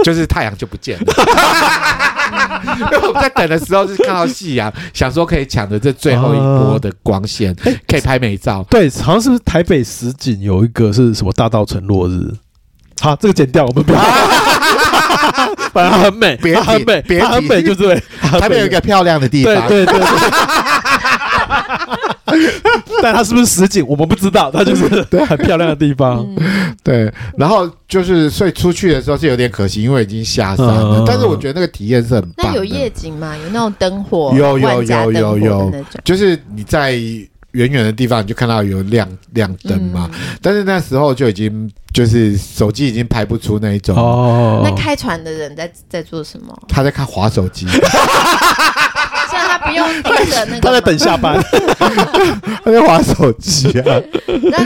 S3: 就是太阳就不见 了。因为我们在等的时候是看到夕阳，想说可以抢着这最后一波的光线，
S2: 哎
S3: 可以拍美照。
S2: 对，好像是不是台北十景有一个是什么大道城落日？好，这个剪掉，我们不要。 反正它很美，
S4: 别提
S2: 它很美，
S4: 别提
S2: 它很美，就是对。
S4: 台
S2: 台
S4: 北有一个漂亮的地
S2: 对
S4: 方，
S2: 对 对对。但它是不是实景，我们不知道，它就是 很漂亮的地方。
S1: 嗯
S3: 嗯对，
S4: 然后就是所以出去的时候是有点可惜，因为已经下山了
S2: 嗯。
S4: 但是我觉得那个体验是很
S1: 那
S4: 棒
S1: 有
S4: 的。
S1: 夜景吗？
S3: 嗯
S1: 有那种灯火，
S4: 有有
S1: 万家
S4: 有
S1: 灯火
S4: 有有
S1: 的那种
S4: 就是你在远远的地方，你就看到有亮亮灯嘛。
S1: 嗯
S4: 但是那时候就已经就是手机已经拍不出嗯那一种，
S2: 哦
S1: 嗯那开船的人在在做什 么？
S4: 他在看划手 机，
S1: 现在他不用盯着那个，
S2: 他在等。下班。
S4: 他在划手机啊。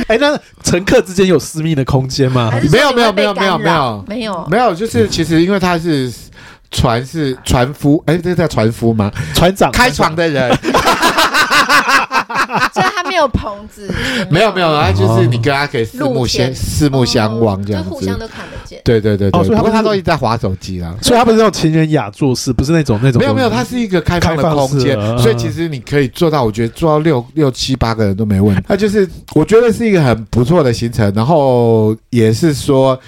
S2: 哎，那乘客之间有私密的空间吗？
S1: 还是说
S4: 没有
S1: 你会被
S4: 没有没有
S1: 干
S4: 没有
S1: 扰没 有，
S4: 没有，就是其实因为他是船是船夫，哎，这个叫船夫吗？
S2: 船
S1: 哦
S2: 长
S4: 开船的人
S1: 所以他没有棚子，也
S4: 没有没有，他就是你跟他可以四目
S1: 路
S4: 相
S1: 见
S4: 四目相望这样
S1: 哦就互
S4: 子
S1: 相。都看得见。
S4: 对对对对，
S2: 哦所以他
S4: 不过
S2: 不是
S4: 他都一直在划手机啦。
S2: 所以它不是那种情人雅座式，不是那种那种
S4: 没有没有，它是一个开放的啊
S2: 开放式
S4: 空间，
S2: 嗯
S4: 所以其实你可以做到，我觉得做到六六七八个人都没问题。那就是我觉得是一个很不错的行程，然后也是说，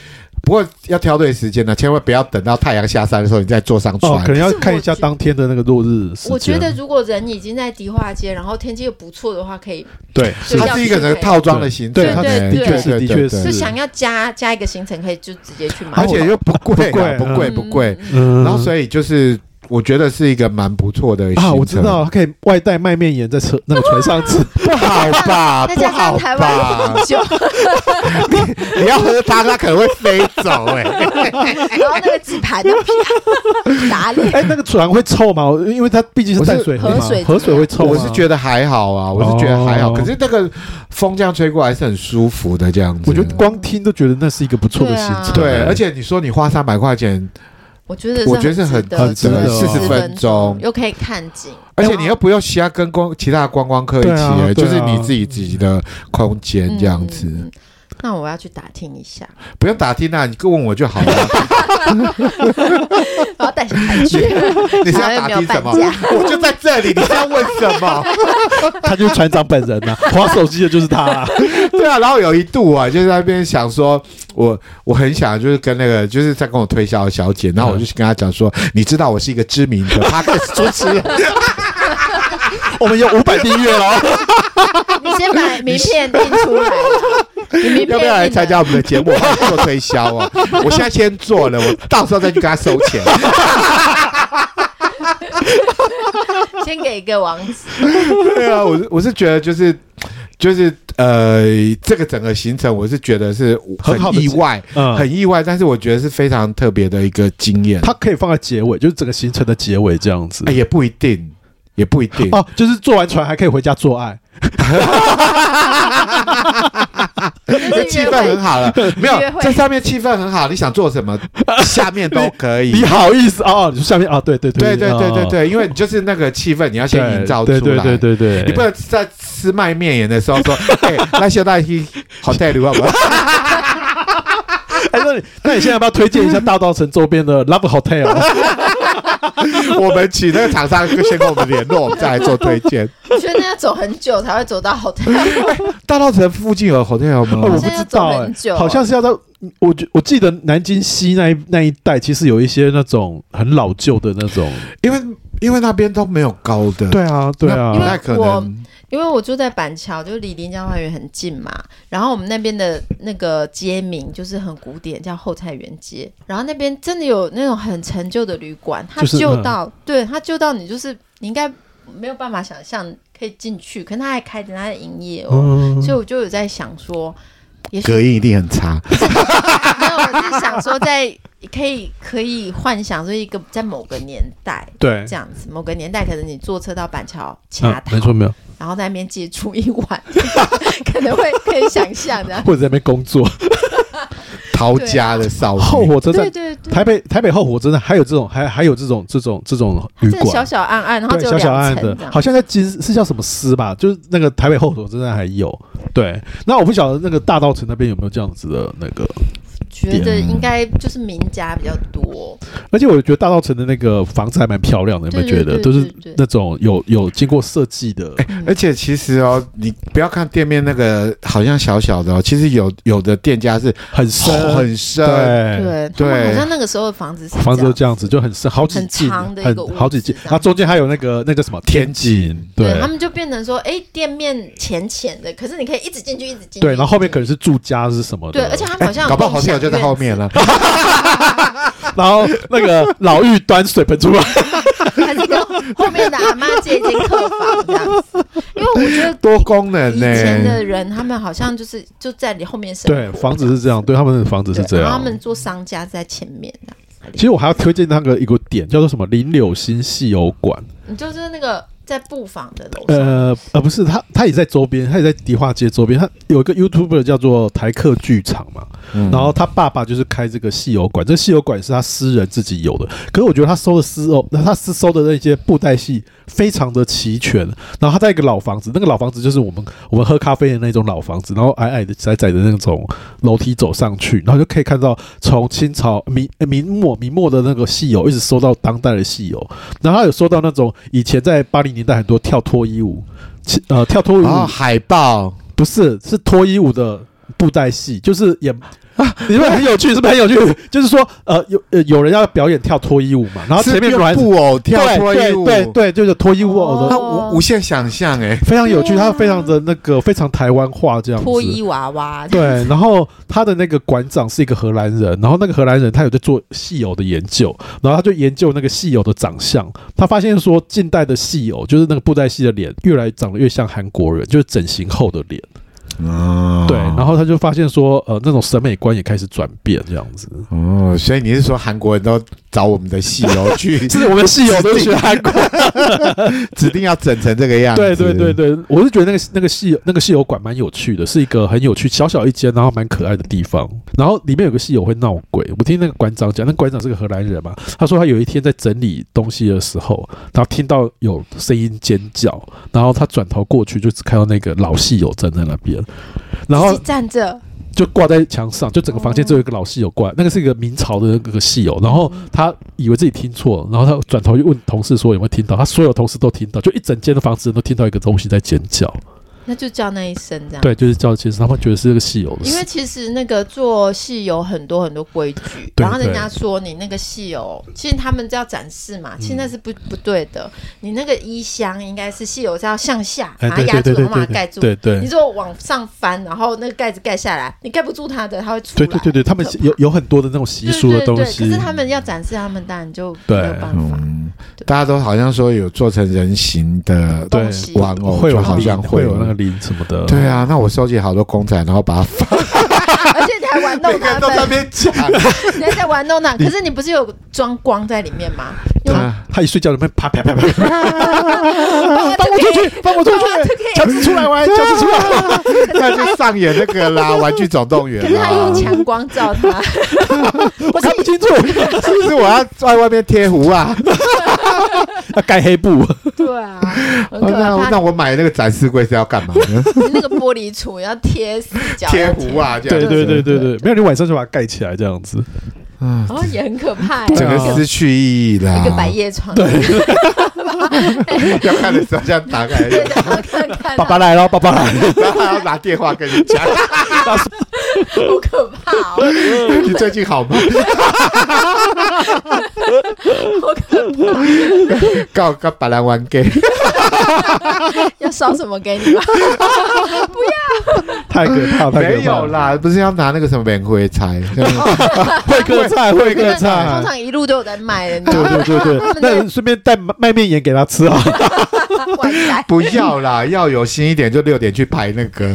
S4: 不过要挑对时间呢，千万不要等到太阳下山的时候你再坐上
S2: 哦，
S4: 船
S2: 可。能要看一下当天的那个落日时间。
S1: 我觉得如果人已经在迪化街，然后天气又不错的话，可以
S2: 对，
S1: 是
S4: 它是一个人套装的行程，
S2: 对
S1: 它
S4: 哎
S1: 的确是
S4: 对
S2: 的
S4: 对
S2: 确
S4: 对
S2: 是
S1: 就
S4: 对
S1: 想要加加一个行程，可以就直接去买。
S4: 而且又不贵啊，
S2: 不
S4: 不
S2: 贵
S4: 贵
S1: 嗯
S4: 不贵。，
S2: 嗯
S4: 然后所以就是我觉得是一个蛮不错的行程
S2: 啊，我知道，它可以外带卖面盐在车那个船上吃，
S4: 不好吧？
S1: 再
S4: 啊不
S1: 加上
S4: 好
S1: 台湾
S4: 吧
S1: 红？酒，
S4: 你要喝它，它可能会飞走哎、
S1: 然后那个鸡排就啪打脸。
S2: 哎，那个船会臭吗？因为它毕竟是淡水河
S1: 我
S2: 嘛
S1: 是河水
S2: 河水会臭吗。
S4: 我是觉得还好啊，我是觉得还好，
S2: 哦
S4: 可是那个风这样吹过来是很舒服的这样子。
S2: 我觉得光听都觉得那是一个不错的行程。
S4: 对，而且你说你花三百块钱，
S1: 我觉得
S4: 我觉得是很
S1: 值得
S4: 很值
S2: 得
S1: 的
S2: 哦
S1: 40
S4: 40分钟
S1: 又可以看景，
S4: 而且你又不用其他跟光其他的观光客一起、哎
S2: 对啊对啊
S4: 就是你自己自己的空间这样子。
S1: 嗯那我要去打听一下，
S3: 不用打听啊，你问我就好 了。
S1: 我要带小孩去。
S3: 你是要打听什么？我就在这里，你是要问什 么？
S2: 他就是船长本人呐、啊，划手机的就是他、啊。
S3: 对啊，然后有一度啊，就在那边想说，我我很想就是跟那个就是在跟我推销的小姐，然后我就跟她讲 说，你知道我是一个知名的 podcast 主持人，
S2: 我们有五百订阅了，
S1: 你先把名片印出来，你名片
S3: 要不要来
S1: 印了
S3: 参加我们的节目 我还做推销啊？我现在先做了，我到时候再去跟她收 钱。
S1: 先给一个网址，
S3: 对啊，我是我是觉得就是就是呃，这个整个行程我是觉得是
S2: 很好的
S3: 意外，
S2: 嗯，
S3: 很意外，但是我觉得是非常特别的一个经验。
S2: 他可以放在结尾，就是整个行程的结尾这样子
S3: 哎。也不一定，也不 一定。
S2: 哦，就是坐完船还可以回家做爱，
S1: 这
S3: 气氛很好了，没有
S1: 约会
S3: 这上面气氛很好，你想做什么，下面都可以
S2: 你。好意思哦？你说下面啊，对对
S3: 对
S2: 对
S3: 对对对
S2: 哦
S3: 对，因为你就是那个气氛，你要先营造出来。
S2: 对对对对对，
S3: 你不能在吃卖面眼的时候说，哎，那现在去好带路好不好？
S2: 哎，那你那你现在要不要推荐一下大稻城周边的 Love Hotel？
S3: 我们请那个厂商先跟我们联络，我们再来做推荐。
S1: 我觉得那要走很久才会走到好的，
S3: 大稻城附近有 hotel
S2: 哦，我
S3: 吗？
S2: 不知
S1: 要走
S2: 道哎
S1: 很、久
S2: 好像是要到我觉我记得南京西那一那一带，其实有一些那种很老旧的那种。
S3: 因为因为那边都没有高的，
S2: 对啊，对啊
S3: 那不，太可
S1: 因为我
S3: 能。
S1: 因为我住在板桥，就离林家花园很近嘛。然后我们那边的那个街名就是很古典，叫后菜园街。然后那边真的有那种很陈旧的旅馆，它
S2: 就是嗯
S1: 旧到、对它旧到你就是你应该没有办法想象可以进去，可是它还开着，它在营业哦。
S2: 嗯，
S1: 所以我就有在想说，也许
S3: 隔音一定很差。
S1: 啊没有，我是想说在可以可以幻想说一个在某个年代
S2: 对
S1: 这，样子，某个年代可能你坐车到板桥
S2: 嗯
S1: 卡，塔，
S2: 没错没有，
S1: 然后在那边借住一晚， 可能会可以想象的。
S2: 或者在那边 工作，
S3: 逃家的少女，
S2: 后火车
S1: 对
S2: 站。
S1: 对对，
S2: 台北台北后火车站还有这种，还还有这种这种这种旅
S1: 这个小
S2: 馆，
S1: 小暗暗，然后只
S2: 对
S1: 有
S2: 小小
S1: 两
S2: 暗
S1: 层这
S2: 的，
S1: 样
S2: 好。像在金是叫什么司吧，就是那个台北后火车站还有。对，那我不晓得那个大稻城那边有没有这样子的那个
S1: 觉得应该就是名家比较多，
S2: 而且我觉得大稻城的那个房子还蛮漂亮的，有没有觉得？
S1: 对对对
S2: 都是
S1: 对对
S2: 那种有有经过设计的，
S3: 而且其实哦，你不要看店面那个好像小小的哦，其实有有的店家是
S2: 哎很深，
S3: 很深，
S2: 对，
S1: 对他们
S3: 对
S1: 好像那个时候的房子是
S2: 房子
S1: 这
S2: 都
S1: 样
S2: 这样子，就很深，好几
S1: 很
S2: 进，
S1: 长的一个屋
S2: 很
S1: 子
S2: 好几进，
S1: 这样
S2: 然后中间还有那个那个什么
S3: 天井
S2: 井，
S1: 对
S2: 对
S1: 他。们就变成说，哎，店面浅浅的，可是你可以一直进去，一直进去。
S2: 对，然后后面哎
S1: 一直进去
S2: 可能是住家是什么的，
S1: 对，而且他们好像有
S3: 搞不好
S1: 共
S3: 好像
S1: 享
S3: 有就在
S1: 院
S3: 后
S1: 子
S3: 面了。
S2: 然后那个老妪端水 盆出来，
S1: 还是跟后面的阿妈借一间客房这样 子，因为我觉得
S3: 多功能
S1: 以
S3: 呢、
S1: 前的人他们好像就是就在你后面生活
S2: 对，房子是这样，对，他们的房子是
S1: 对
S2: 这
S1: 然后
S2: 样
S1: 他。们做商家在前面这样
S2: 其实我还要推荐那个一个点叫做什么林柳新戏友馆，
S1: 你就是那个在布坊的楼上，
S2: 呃呃，不是，他他也在周边，他也在迪化街周边，他有一个 YouTuber 叫做台客剧场嘛，
S3: 嗯
S2: 然后他爸爸就是开这个戏友馆，这戏友馆是他私人自己有的，可是我觉得他收的私哦，那他私收的那些布袋戏非常的齐全。然后他在一个老房子，那个老房子就是我们我们喝咖啡的那种老房子，然后矮矮的窄窄的那种楼梯走上去，然后就可以看到从清朝明呃明末明末的那个戏友一直收到当代的戏友，然后他有收到那种以前在八零年代很多跳脱衣舞，其呃跳脱衣舞、
S3: 然后海报，
S2: 不是，是脱衣舞的布袋戏，就是 也。啊，你们很有趣，是不是很有趣？就是说，呃，有呃有人要表演跳脱衣舞嘛，然后前面
S3: 是
S2: 软
S3: 布偶跳脱衣舞，
S2: 对对哦对，就是脱衣舞偶的，
S3: 那
S1: 哦
S3: 无无限想象哎、
S2: 非常有趣，
S1: 对啊
S2: 它非常的那个非常台湾化这样
S1: 脱
S2: 子。
S1: 衣娃娃，
S2: 对，然后他的那个馆长是一个荷兰人，然后那个荷兰人他有在做戏偶的研究，然后他就研究那个戏偶的长相，他发现说近代的戏偶就是那个布袋戏的脸越来长得越像韩国人，就是整形后的脸。
S3: 哦
S2: 对，然后他就发现说，呃，那种审美观也开始转变，这样子。
S3: 哦，所以你是说韩国人都找我们的戏友 去
S2: 是我们戏友都学韩国，
S3: 指定要整成这个样子？
S2: 对对对对，我是觉得那个那个戏那个戏友馆蛮有趣的，是一个很有趣小小一间，然后蛮可爱的地方。然后里面有个戏友会闹鬼，我听那个馆长讲，那馆长是个荷兰人嘛，他说他有一天在整理东西的时候，然后听到有声音尖叫，然后他转头过去就只看到那个老戏友站在那边，然后
S1: 自己站着，
S2: 就挂在墙上，就整个房间只有一个老戏友挂，那个是一个明朝的那个戏友，然后他以为自己听错了，然后他转头又问同事说有没有听到，他所有同事都听到，就一整间的房子人都听到一个东西在尖叫，
S1: 那就叫那一声这样。
S2: 对，就是叫其实他们觉得是这个戏友的
S1: 因
S2: 事
S1: 为，其实那个做戏有很多很多规矩，
S2: 对
S1: 然后人家说你那个戏友，其实他们要展示嘛，其实那是不不对的。你那个衣箱应该是戏友是要向下
S2: 哎，
S1: 把它
S2: 对
S1: 压
S2: 对
S1: 住，
S2: 对
S1: 然
S2: 对
S1: 后把
S2: 对
S1: 它盖住。
S2: 对对
S1: 你。如果往上翻，然后那个盖子盖下来，你盖不住它的，它会出来。
S2: 对对对对，他们
S1: 很可怕
S2: 有有很多的那种习俗的
S1: 对对
S2: 东
S1: 对
S2: 西，
S1: 可是他们要展示，他们当然就没
S2: 对
S1: 有办法。
S5: 嗯，
S1: 对
S3: 大家都好像说有做成人形的
S2: 对
S1: 东西
S3: 玩偶，
S2: 会有
S3: 就好
S2: 铃
S3: 像
S2: 会有
S3: 有
S2: 那个铃什么的，
S3: 对啊，那我收集好多公仔，然后把它放
S1: 而且你还玩 弄他
S3: 在那
S1: 们，
S3: 边讲。
S1: 你还在玩弄他。可是你不是有装光在里面吗？用
S3: 啊
S2: 他他一睡觉就被啪啪啪啪，
S1: 帮我出去，
S3: 放我出去，
S1: 去
S3: 脚趾出来玩，脚趾出来玩， 那就上演那个啦，《玩具总动员
S1: 可》
S3: 啊
S1: 是他
S3: 啦
S1: 用。强光照他，
S2: 我看不清楚，
S3: 是不是我要在外面贴糊啊？
S2: 要盖黑布，
S1: 对啊，很可
S3: 哦那
S1: 怕。
S3: 那我买那个展示柜是要干嘛 呢？
S1: 那个玻璃橱要贴死角，
S3: 贴糊啊，这样
S2: 对
S3: 子
S2: 对对对对，没有你晚上就把它盖起来这样子，
S1: 然后也很可怕欸，
S3: 整
S2: 对啊
S3: 个失去意义啦
S1: 一。个百叶窗，对
S3: 要看的时候像打 开，
S1: 对，然后看看
S2: 爸爸来了，爸爸来了，
S3: 然后还要拿电话跟你讲，
S1: 好可怕哦，
S3: 你最 近好吗？
S1: 好可怕！
S3: 告告白兰玩 gay，
S1: 要烧什么给你吧？
S2: 太可怕，太可
S3: 没
S2: 怕
S3: 有，啦，不是要拿那个什么免灰 柴，
S2: 会客菜，会
S1: 那
S2: 客
S1: 个通
S2: 菜，
S1: 常一路都有在卖的，你知道
S2: 对
S1: 吗
S2: 对对对，那顺便带卖面盐给他吃 啊，
S1: 哇塞，
S3: 不要啦，要有心一点，就六点去排那 个。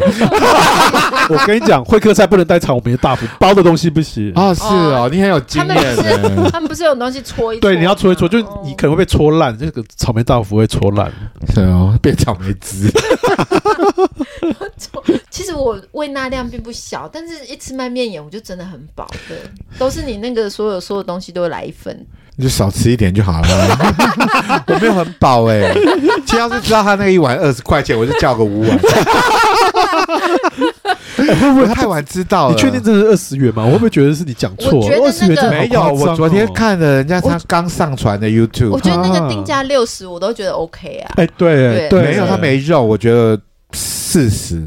S2: 我跟你讲，会客菜不能带长我们的大福包的东西不行，
S3: 哦，是哦，你很有经
S1: 他们
S3: 验
S1: 不是
S3: 呢。
S1: 他们不是有东西搓一搓吗？
S2: 对，你要搓一搓，就是
S1: 哦
S2: 你可能会被搓烂，这个草莓大福会搓烂，
S3: 是哦，变草莓汁。
S1: 其实我胃纳量并不小，但是一吃麦面眼我就真的很饱的，都是你那个所有所有东西都来一 份，
S3: 你就少吃一点就好了。 我没有很饱哎、其实要是知道他那一碗二十块钱，我就叫个五 碗。会不会太晚知道了？
S2: 你确定这是二十元吗？我会不会觉得是你讲错
S1: 我觉？得
S2: 二十元真的
S3: 没
S2: 好
S3: 有？
S2: 夸张哦
S3: 我昨天，看了人家他刚上传的
S1: 我
S3: YouTube，
S1: 觉得那个定
S2: 啊
S1: 价六十我都觉得 OK 啊，
S2: 哎，对
S1: 对
S2: 对，
S3: 没有他没肉，我觉得四十。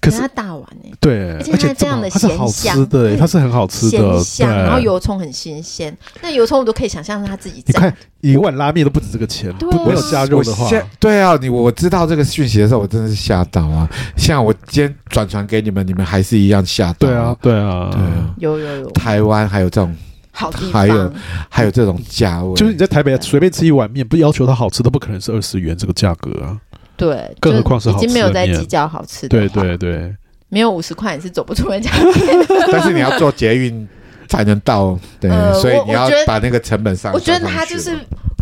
S2: 可
S1: 可
S2: 是
S1: 是它大碗欸呢、
S2: 对，
S1: 而且
S2: 而且
S1: 它这样的
S2: 它是
S1: 咸
S2: 好
S1: 香
S2: 吃的欸，它是很好吃的，
S1: 鲜香，
S2: 对
S1: 然后油葱很新鲜，那油葱我都可以想象是他自己
S2: 你
S1: 蘸，
S2: 看一碗拉面都不止这个钱，
S1: 对啊
S2: 不没有加肉的话
S3: 我，现对啊，你我知道这个讯息的时候，我真的是吓 到啊！像我今天转传给你们，你们还是一样吓到。
S2: 对啊，，对啊，
S3: 对啊，
S1: 有有有，
S3: 台湾还有这种，
S1: 好地
S3: 还
S1: 方，
S3: 有还有这种价位，
S2: 就是你在台北随便吃一碗面，不要求它好吃，都不可能是二十元这个价格啊。
S1: 对，
S2: 更何况是
S1: 就
S2: 好
S1: 已经没有
S2: 吃的
S1: 在
S2: 面
S1: 计较好吃的，
S2: 对，对对，
S1: 没有五十块你是走不出人 家
S3: 但是你要做捷运才能到，对，
S1: 呃
S3: 所以
S1: 我
S3: 你要
S1: 我觉得
S3: 把那个成本上。
S1: 我觉得
S3: 上
S1: 它
S3: 去
S1: 就是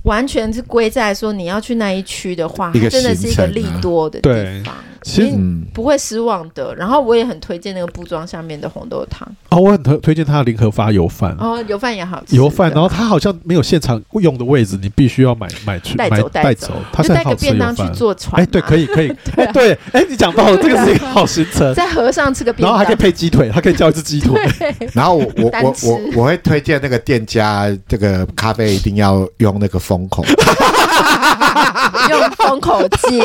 S1: 完全是归在说你要去那一区的话，
S3: 一个
S1: 它真的是一个
S3: 行程啊
S1: 利多的
S2: 对
S1: 地方，
S2: 其实
S1: 你
S3: 嗯，
S1: 不会失望的。然后我也很推荐那个布庄下面的红豆汤，
S2: 哦，我很推推荐它的零和发油饭，
S1: 哦，油饭也好吃的，
S2: 嗯油饭，然后它好像没有现场用的位置，你必须要买买去
S1: 带
S2: 买
S1: 走带
S2: 带
S1: 走
S2: 走，它
S1: 就是带
S2: 很
S1: 个
S2: 好吃
S1: 便
S2: 的
S1: 当
S2: 油
S1: 去
S2: 饭。
S1: 坐船，啊
S2: 哎，对，可
S1: 以，
S2: 以 可以，哎对，哎你讲到了，这个是一个好行程，
S1: 啊在河上吃个便
S2: 然后
S1: 当，
S2: 还可以配鸡腿，它可以叫一只鸡 腿，
S3: 然后我我
S1: 单
S3: 我
S1: 吃
S3: 我我会推荐那个店家，这个咖啡一定要用那个封 口，
S1: 用封 口剂，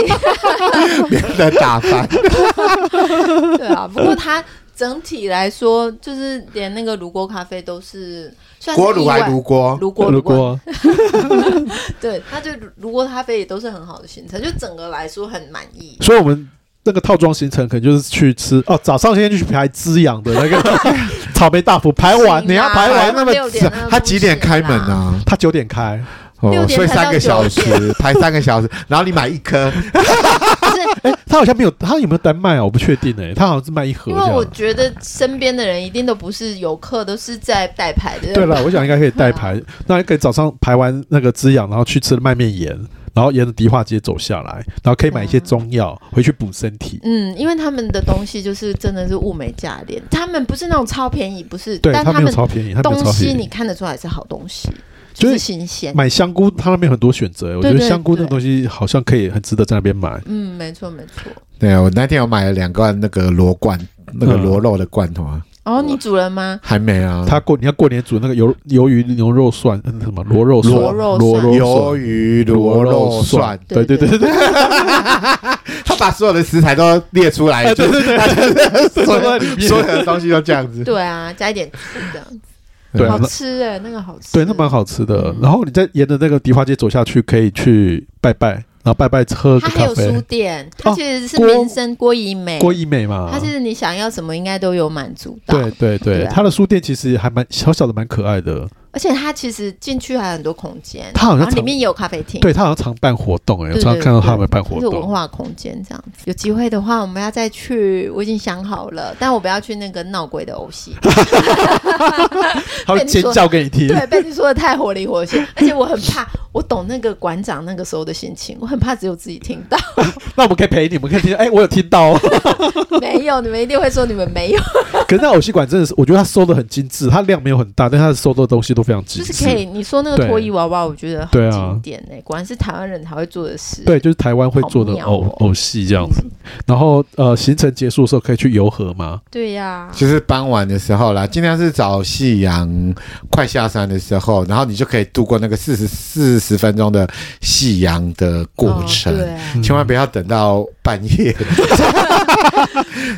S3: 免得打 翻。
S1: 对啊。不过它整体来说，就是连那个炉锅咖啡都是算是
S3: 锅炉
S1: 意
S3: 还
S1: 外
S3: 炉锅，
S1: 炉锅
S2: 如
S1: 炉锅
S2: 果
S1: 对，他就如果咖啡也都是很好的行程，就整个来说很满 意。
S2: 所以我们那个套装行程可能就是去吃哦，早上先去排滋养的那 个草莓大福，排完
S1: 行
S3: 你
S1: 啦
S3: 要排完哎那么
S1: 六点
S3: 早
S1: 那个，
S3: 他几点开门啊？
S2: 它九点开，
S1: 六
S3: 哦，
S1: 点
S3: 所以
S1: 才到
S3: 三个小时
S1: 九点
S3: 排三 个小时，然后你买一颗，
S2: 哎，它好像没有，它有没有单卖啊？我不确定哎，它好像是卖一盒
S1: 因
S2: 这
S1: 为我
S2: 样。
S1: 觉得身边的人一定都不是游客，都是在带牌的。
S2: 对了，我想应该可以 代排，
S1: 嗯
S2: 那可以早上排完那个滋养，然后去吃麦面盐，然后沿着迪化街走下来，然后可以买一些中药回去补身体。
S1: 嗯，因为他们的东西就是真的是物美价廉，他们不是那种超便宜，不是，
S2: 对，
S1: 但
S2: 它没有
S1: 们
S2: 超便宜，它没有
S1: 东
S2: 超
S1: 西
S2: 便
S1: 你
S2: 宜。
S1: 看得出来是好东西。就是
S2: 就是
S1: 新鲜。
S2: 买香菇，它那边有很多选择、欸我觉
S1: 对
S2: 得
S1: 对
S2: 香菇那个
S1: 对
S2: 东西好像可以很值得在那边买。
S1: 嗯，没错没错。
S3: 对，啊我那天我买了两罐那个罗罐，那个螺肉的罐头啊，
S1: 哦，你煮了吗？
S3: 还没啊。
S2: 它过你要过年煮那个鱿鱿鱼牛肉蒜，嗯什么螺肉蒜，
S1: 螺肉
S2: 螺
S1: 蒜
S3: 鱿
S2: 蒜，
S3: 鱼、螺肉蒜，
S2: 对对
S1: 对
S2: 对对对，
S3: 他把所有的食材都列出 来，哎对对对，所
S2: 都在里
S3: 有
S2: 面
S3: 所有的东西都这样子。
S1: 对啊，加一点醋这样子，
S2: 对啊
S1: 好，
S2: 那
S1: 吃哎，那个好吃。
S2: 对那蛮好吃的
S1: 嗯。
S2: 然后你再沿着那个迪化街走下去，可以去拜拜，然后拜拜喝个
S1: 它还
S2: 咖
S1: 有书
S2: 啡。
S1: 店，它
S2: 哦
S1: 其实是
S2: 郭
S1: 民生郭怡美，
S2: 郭一美嘛
S1: 它，其实你想要什么应该都有满足到。
S2: 对对
S1: 对
S2: 对，
S1: 啊
S2: 它的书店其实还蛮小小的，蛮可爱的。
S1: 而且它其实进去还有很多空间，
S2: 它好像
S1: 然后里
S2: 常
S1: 面也有咖啡厅，
S2: 对，它好像常办活动，哎，我
S1: 对，
S2: 常常
S1: 对
S2: 看到
S1: 对
S2: 他们办活
S1: 就是文
S2: 动。
S1: 化空间这样子。有机会的话，我们要再去，我已经想好了，但我不要去那个闹鬼的欧 系，
S2: 他会尖叫给你听，
S1: 对，被你说的太活灵活现，而且我很怕，我懂那个馆长那个时候的心情，我很怕只有自己听 到，
S2: 那我们可以陪你，我们可以听。哎，我有听到 哦。
S1: 没有，你们一定会说你们没有，
S2: 可是那偶戏馆真的是，我觉得它收的很精致，它量没有很大，但它收的东西都非常精
S1: 就
S2: 致。
S1: 是可以，你说那个
S2: 对
S1: 脱衣娃娃，我觉得
S2: 对
S1: 很
S2: 啊
S1: 经典哎、果然是台湾人才会做的事，
S2: 对，啊就是台湾会做的
S1: 好妙
S2: 偶、
S1: 哦
S2: 偶戏这样子
S1: 嗯。
S2: 然后呃，行程结束的时候可以去游河嘛？
S1: 对呀、
S3: 就是傍晚的时候啦，尽量是找夕阳快下山的时候，然后你就可以度过那个四十四十分钟的夕阳的过程。
S1: 哦对啊
S2: 嗯
S3: 千万不要等到半 夜，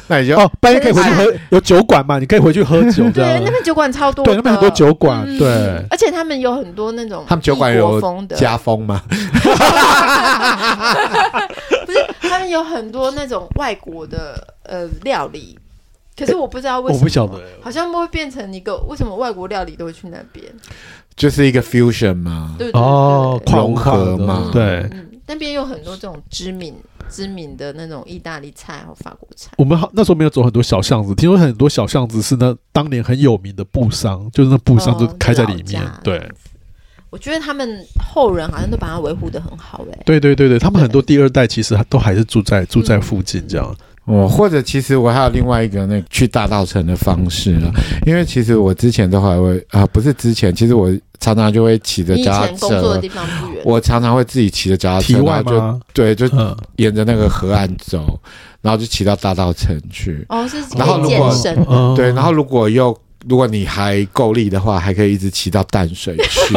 S3: 那你就、
S2: 哦，半夜可以回去喝，有酒馆嘛？你可以回去喝酒这
S1: 对，
S2: 样
S1: 那。边酒馆超多的，
S2: 对，那边很多酒馆，
S1: 嗯
S2: 对，
S1: 而且他们有很多那种
S3: 他们酒馆有
S1: 异国风的，
S3: 加风嘛。
S1: 不是他们有很多那种外国的呃料理，可是我不知道为什
S2: 哦我
S1: 么，
S2: 不晓得，
S1: 好像会变成一个为什么外国料理都会去那边，就是
S3: 一
S1: 个
S3: fusion
S1: 嘛，对对对
S2: 哦，
S1: 对
S2: 跨
S3: 融合
S2: 文化的
S3: 嘛
S2: 对。
S1: 嗯，那边有很多这种知名知名的那种意大利菜和法国菜，
S2: 我们好那时候没有走很多小巷子，听说很多小巷子是那当年很有名的布商，就是那布商就
S1: 哦
S2: 开在里
S1: 就
S2: 面
S1: 老家。
S2: 对
S1: 这，样子我觉得他们后人好像都把它维护的很好哎、
S2: 对对对对，他们很多第二代其实都还是住在住在附近
S1: 嗯
S2: 这样。
S3: 哦，或者其实我还有另外一个那个去大道城的方式了，
S1: 嗯
S3: 因为其实我之前都还会啊、不是之前，其实我常常就会骑着
S1: 你以
S3: 脚踏
S2: 啊
S1: 前工作的
S3: 车，
S1: 地方不远，
S3: 我常常会自己骑着脚踏车，
S2: 题外
S3: 然后就
S2: 吗？
S3: 对，就
S2: 嗯，
S3: 沿着那个河岸 走，然后就骑到大道城去。
S1: 哦是
S3: 然后
S1: 可以
S3: 如
S1: 健
S3: 果
S1: 身的
S2: 嗯
S3: 对，然后如果又如果你还够力的话，还可以一直骑到淡水 去。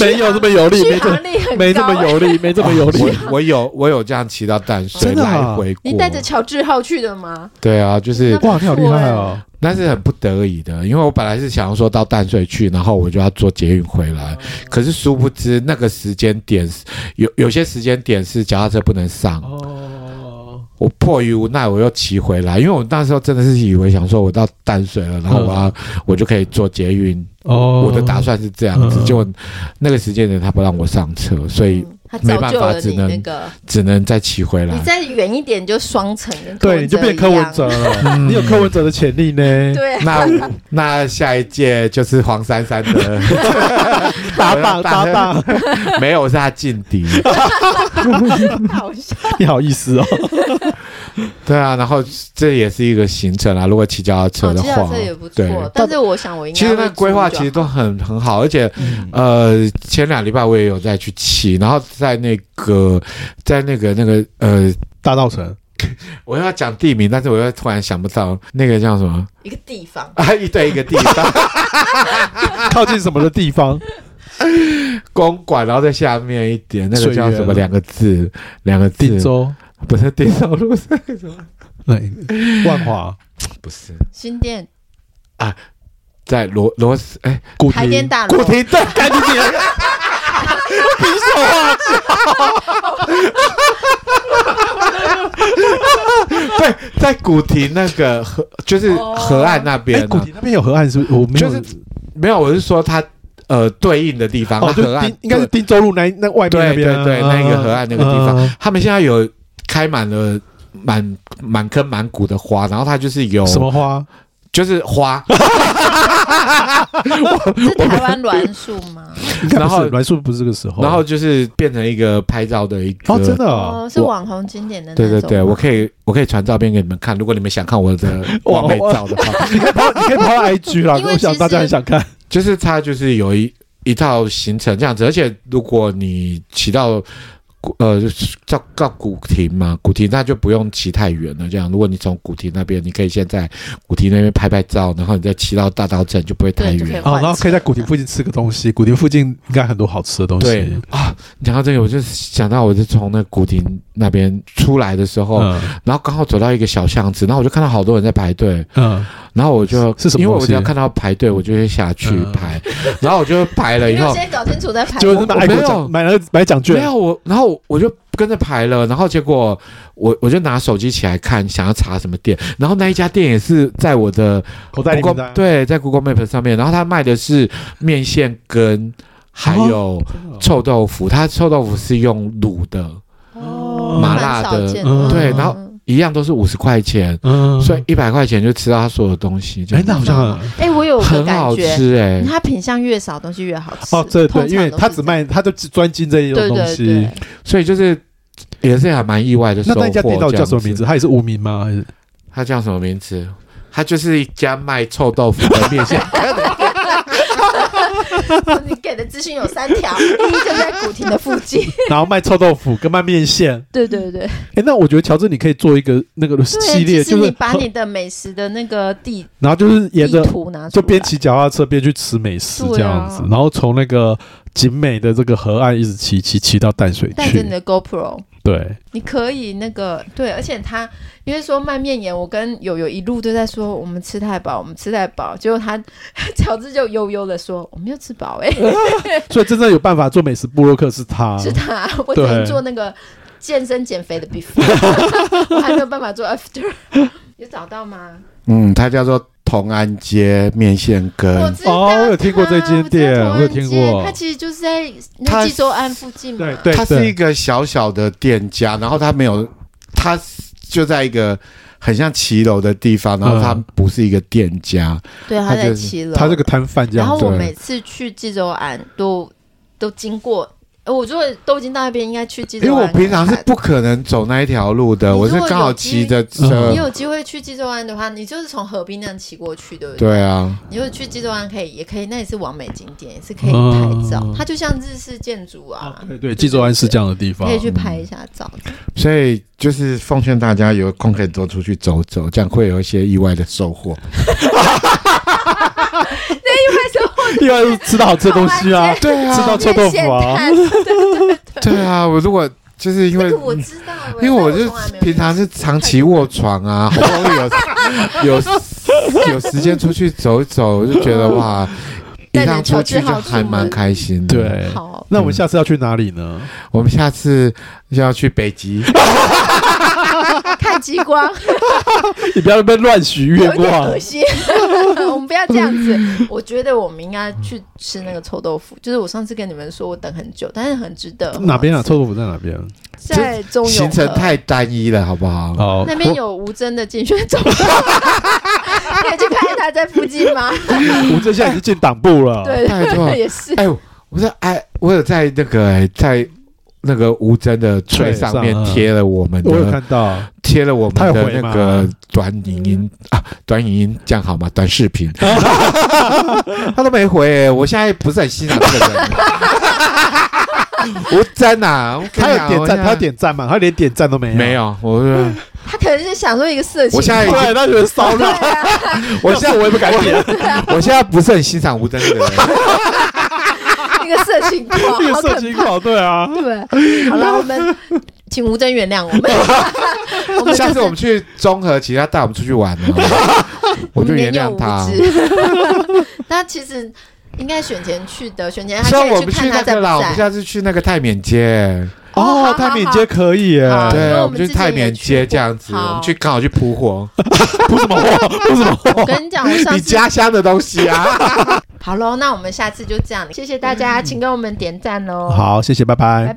S2: 没有这么有力，
S1: 续
S2: 没这
S1: 航力很高、
S2: 没这么
S1: 欸
S2: 有力，没这么有力。
S3: 我我有我有这样骑到淡水
S2: 真的啊
S3: 来回过。
S1: 你带着乔治号去的吗？
S3: 对啊，就是
S1: 那
S2: 哇，你好厉害哦！
S3: 但是很不得已的，因为我本来是想要说到淡水去，然后我就要坐捷运回
S1: 哦
S3: 来。可是殊不知那个时间点是有有些时间点是脚踏车不能上，
S2: 哦，
S3: 我迫于无奈我又骑回来，因为我那时候真的是以为想说我到淡水了，然后我要、
S1: 嗯
S3: 我就可以坐捷运。
S2: 哦
S3: 我的打算是这样子，
S2: 嗯
S3: 结果那个时间点他不让我上车，所以
S1: 嗯他造就
S3: 没办
S1: 了
S3: 法只
S1: 你
S3: 能
S1: 那个，
S3: 只能再骑回
S1: 你
S3: 来。
S1: 再远一点就双层跟
S2: 对，你就变柯文哲
S1: 一样，
S2: 了，嗯你有柯文哲的潜力呢。
S1: 对，
S3: 那那下一届就是黄珊珊的，
S2: 打榜打榜，
S3: 没有是他劲敌。
S1: 好笑。
S2: 你好意思哦。
S3: 对啊，然后这也是一个行程啊。如果骑脚踏车
S1: 哦
S3: 的
S1: 骑
S3: 话，
S1: 脚车也不
S3: 对
S1: 错，，但是我想我应该
S3: 其实
S1: 会
S3: 那规划其实
S1: 租就
S3: 都很很好，而且
S2: 嗯
S3: 呃，前两礼拜我也有再去骑，然后在那个在那个那个呃，
S2: 大道城，
S3: 我要讲地名，但是我又突然想不到那个叫什么
S1: 好一个地方，
S3: 啊，一对一个地方
S2: 靠近什么的地方？
S3: 公馆，然后在下面一点，那个叫什
S2: 水
S3: 么
S2: 源
S3: 两个字，两个字
S2: 定，州，
S3: 不是定州路是什么？
S2: 那万华，
S3: 不是
S1: 新店
S3: 在罗罗斯哎，
S2: 古
S1: 台电
S2: 亭，
S1: 大楼
S3: 古，亭镇，
S2: 赶紧点。
S3: 对，在古亭那个河，就是
S1: 哦
S3: 河岸那
S2: 哎，
S3: 边
S2: 古
S3: 啊。
S2: 亭那边有河岸是不是？我没有
S3: 就，是没有，我是说它呃对应的地方，它
S2: 哦，就
S3: 河岸
S2: 丁应该是汀州路那那外面那
S3: 对对
S2: 边啊，
S3: 对对那个河岸那个地方，
S2: 嗯
S3: 他们现在有开满了。满满坑满谷的花，然后它就是有
S2: 什么哦花？
S3: 就是花，
S1: 是台湾栾树 吗？
S2: 应该
S3: 然
S2: 不
S3: 后
S2: 是栾树，不是这个时候。
S3: 然后就是变成一个拍照的一个。
S2: 哦，真的哦，
S1: 哦，是网红景点的那
S3: 啊对
S1: 种吗。
S3: 对对，我可以我可以传照片给你们看，如果你们想看我的
S2: 哇
S3: 完美照的话，
S2: 你可以抛你可以抛到 IG 啦，
S1: 因为
S2: 我想
S1: 其实
S2: 大家很想看。
S3: 就是它就是有一一套行程这样子。而且如果你骑到呃到到古亭嘛，古亭那就不用骑太远了。这样，如果你从古亭那边，你可以先在古亭那边拍拍照，然后你再骑到大稻镇，就不会太
S1: 对，就可以
S3: 远。
S2: 哦，
S1: 换
S2: 然后可以在古亭附近吃个东西，古亭附近应该很多好吃的东西。
S3: 对啊，讲到这个，我就想到我是从那古亭那边出来的时候，
S2: 嗯
S3: 然后刚好走到一个小巷子，然后我就看到好多人在排队，
S2: 嗯，
S3: 然后我就是
S2: 什么
S3: 因为
S2: 东
S3: 我
S2: 西
S3: 只要看到排队，我就会下去
S2: 嗯
S3: 排，然后我就排了
S1: 你
S3: 以
S1: 没有
S3: 后，
S1: 先搞清楚再排，
S2: 就是买爱国
S3: 我没有
S2: 奖，买了买奖
S3: 没
S2: 券，
S3: 有我，然后我就跟着排了，然后结果我我就拿手机起来看，想要查什么店，然后那一家店也是在我的
S2: 口袋里面
S3: Google
S2: 的。啊
S3: 对，在 Google Map 上面，然后他卖的是面线跟还有
S2: 啊
S3: 臭豆腐，他臭豆腐是用卤的，
S1: 哦
S3: 麻辣的
S1: 蛮少见
S2: 嗯
S3: 对然后
S1: 嗯
S3: 一样都是五十块钱，
S2: 嗯
S3: 所以一百块钱就吃到他所有东西，这
S2: 哎
S3: 样，
S2: 那好像很
S1: 哎，我有个
S3: 很
S1: 感
S3: 好
S1: 觉，
S3: 吃哎、
S1: 它品相越少，东西越好吃。
S2: 哦，对对，
S1: 通常
S2: 因为
S1: 都是
S2: 他只卖，他就只专精这一
S1: 这
S2: 种
S1: 样对
S2: 东
S1: 对
S2: 西
S1: 对。，
S3: 所以就是也是还蛮意外的收
S2: 那
S3: 获。
S2: 那一家店到底叫什么
S3: 这样
S2: 名
S3: 子
S2: 字？？他也是无名吗？还是
S3: 它叫什么名字？它就是一家卖臭豆腐的面线。
S1: 你给的资讯有三条，第一就在古亭的附近，
S2: 然后卖臭豆腐跟卖面线。
S1: 对对对，
S2: 哎，那我觉得乔治，你可以做一个那个系
S1: 对，
S2: 列，就
S1: 就是你把你的美食的那个地
S2: 然后就是沿
S1: 地
S2: 着
S1: 图拿出
S2: 就
S1: 来，
S2: 边骑脚踏车边去吃美食这样子，
S1: 对啊
S2: 然后从那个景美的这个河岸一直骑骑骑到淡水
S1: 带着你
S2: 去。
S1: 的 GoPro，
S2: 对，
S1: 你可以那个对，而且他因为说卖面盐，我跟友友一路都在说我们吃太饱，我们吃太饱，结果他 乔治就悠悠的说我没有吃饱哎、
S2: 嗯
S1: 欸
S2: 所以真正有办法做美食布洛克是他。
S1: 是他，啊我只
S2: 对
S1: 能做那个健身减肥的 before，我还没有办法做 after，有 找到吗？
S4: 嗯，它叫做同安街面线
S1: 我
S4: 羹，
S1: 知道
S2: 哦我有听过这间店
S1: 它
S2: 我有听过
S1: 知道同安街它其实就是在那
S4: 它
S1: 济州岸附近嘛。
S2: 对对
S4: 它是一
S2: 对，
S4: 个小小的店家，然后它没有，它就在一个很像骑楼的地方，然后它
S2: 嗯
S4: 不是一个店家，
S1: 对，它
S4: 它就
S1: 在
S4: 是
S1: 七楼。
S2: 他这个摊贩这
S1: 然
S2: 样
S1: 后
S2: 子。
S1: 我
S4: 对
S1: 每次去济州岸都都经过，呃我如果都已经到那边，应该去济州
S4: 因为
S1: 岸。
S4: 我平常是不可能走那一条路的，
S1: 你
S4: 我
S1: 如
S4: 是
S1: 果
S4: 刚好
S1: 有机嗯
S4: 骑着车
S1: 你，有机会去济州岸的话，你就是从河滨那样骑过去，对不对？
S4: 对啊，
S1: 你就是去济州岸可以，也可以，那也是完美景点，也是可以拍照。
S2: 嗯
S1: 它就像日式建筑啊，
S2: 对对，济州湾是这样的地方
S1: 可。以 去拍一下照。
S4: 所以就是奉劝大家有空可以多出去走走，这样会有一些意外的收获。
S1: 为什么
S2: 因为吃到好吃的东西 啊，
S4: 对
S2: 吃到臭豆腐啊。
S4: 对啊，我如果就是因为
S1: 这 个我知道欸，
S4: 因为我
S1: 但
S4: 就
S1: 从来没有
S4: 平常是长期卧床 啊，好不容易有有有时间出去走一走，我就觉得 哇，一
S1: 带着
S4: 趟出去就还蛮开心的。
S2: 对，
S1: 好，
S2: 那我们下次要去哪里呢？
S4: 我们下次要去北 极，
S1: 看极光。
S2: 你不要在那边乱许
S1: 有
S2: 愿啊
S1: 一点
S2: 望
S1: 恶。心， 我们不要这样子。我觉得我们应该去吃那个臭豆腐，就是我上次跟你们说我等很久，但是很值得。
S2: 哪边啊？
S1: 很好
S2: 臭豆腐在哪边？
S1: 吃在中永
S4: 行程
S1: 和
S4: 太单一了，好不好？
S2: 哦，
S1: 那边有吴尊的竞选总统，可以去看看他在附近吗？
S2: 我这现在已经进党部了。
S1: 对，
S4: 拜托
S1: 也是。
S4: 哎，我在哎，我有在那个哎在。那个吴真的翠上面
S2: 翠上嗯
S4: 贴了我们
S2: 我有
S4: 的，
S2: 看到。
S4: 贴了我们
S2: 他有
S4: 的
S2: 回
S4: 那
S2: 吗
S4: 个短影音啊，短影音这样好吗？短视 频，他都没回、欸，我现在不是很欣赏这 个人。吴真啊，我跟
S2: 他
S4: 你
S2: 有
S4: 讲
S2: 点赞，他有。点赞嘛？他连点赞都没
S4: 我
S2: 有。
S4: 现在没。有，我
S1: 他可能是想说一个色情，
S4: 我现在
S2: 对，他觉得骚
S1: 对
S2: 扰。
S1: 啊，
S4: 我现在
S2: 我也不敢点。
S4: 我现在不是很欣赏吴真这个 人。
S1: 一个色情狂，
S2: 这
S1: 好哦
S2: 个
S1: 可
S2: 色情考对啊。
S1: 对。好了，我们请吴尊原谅我们。我们
S4: 下次我们去综合，其实他带我们出去玩哦，我就原 谅他。
S1: 年幼无知。 那其实应该选前去的，选前还
S4: 虽然
S1: 可
S4: 我
S1: 以
S4: 们
S1: 看
S4: 去
S1: 他
S4: 那
S1: 在
S4: 个
S1: 不
S4: 啦，我们
S1: 在。
S4: 下次去那个泰缅街，
S1: 好
S2: 哦
S1: 好，
S2: 泰缅街可以耶。
S1: 好
S4: 对，
S1: 那
S4: 我
S1: 我们
S4: 们去
S1: 之前
S4: 泰
S1: 也
S4: 缅
S1: 去
S4: 街
S1: 过
S4: 这样子，
S1: 好
S4: 我们去刚好去扑火，
S2: 不什么 货，不什么
S1: 我
S2: 货。
S1: 跟你讲，我上
S4: 你
S1: 次
S4: 家乡的东西啊。
S1: 好喽，那我们下次就这样，谢谢大家，请给我们点赞喽。
S2: 好，谢谢，拜拜
S1: 拜。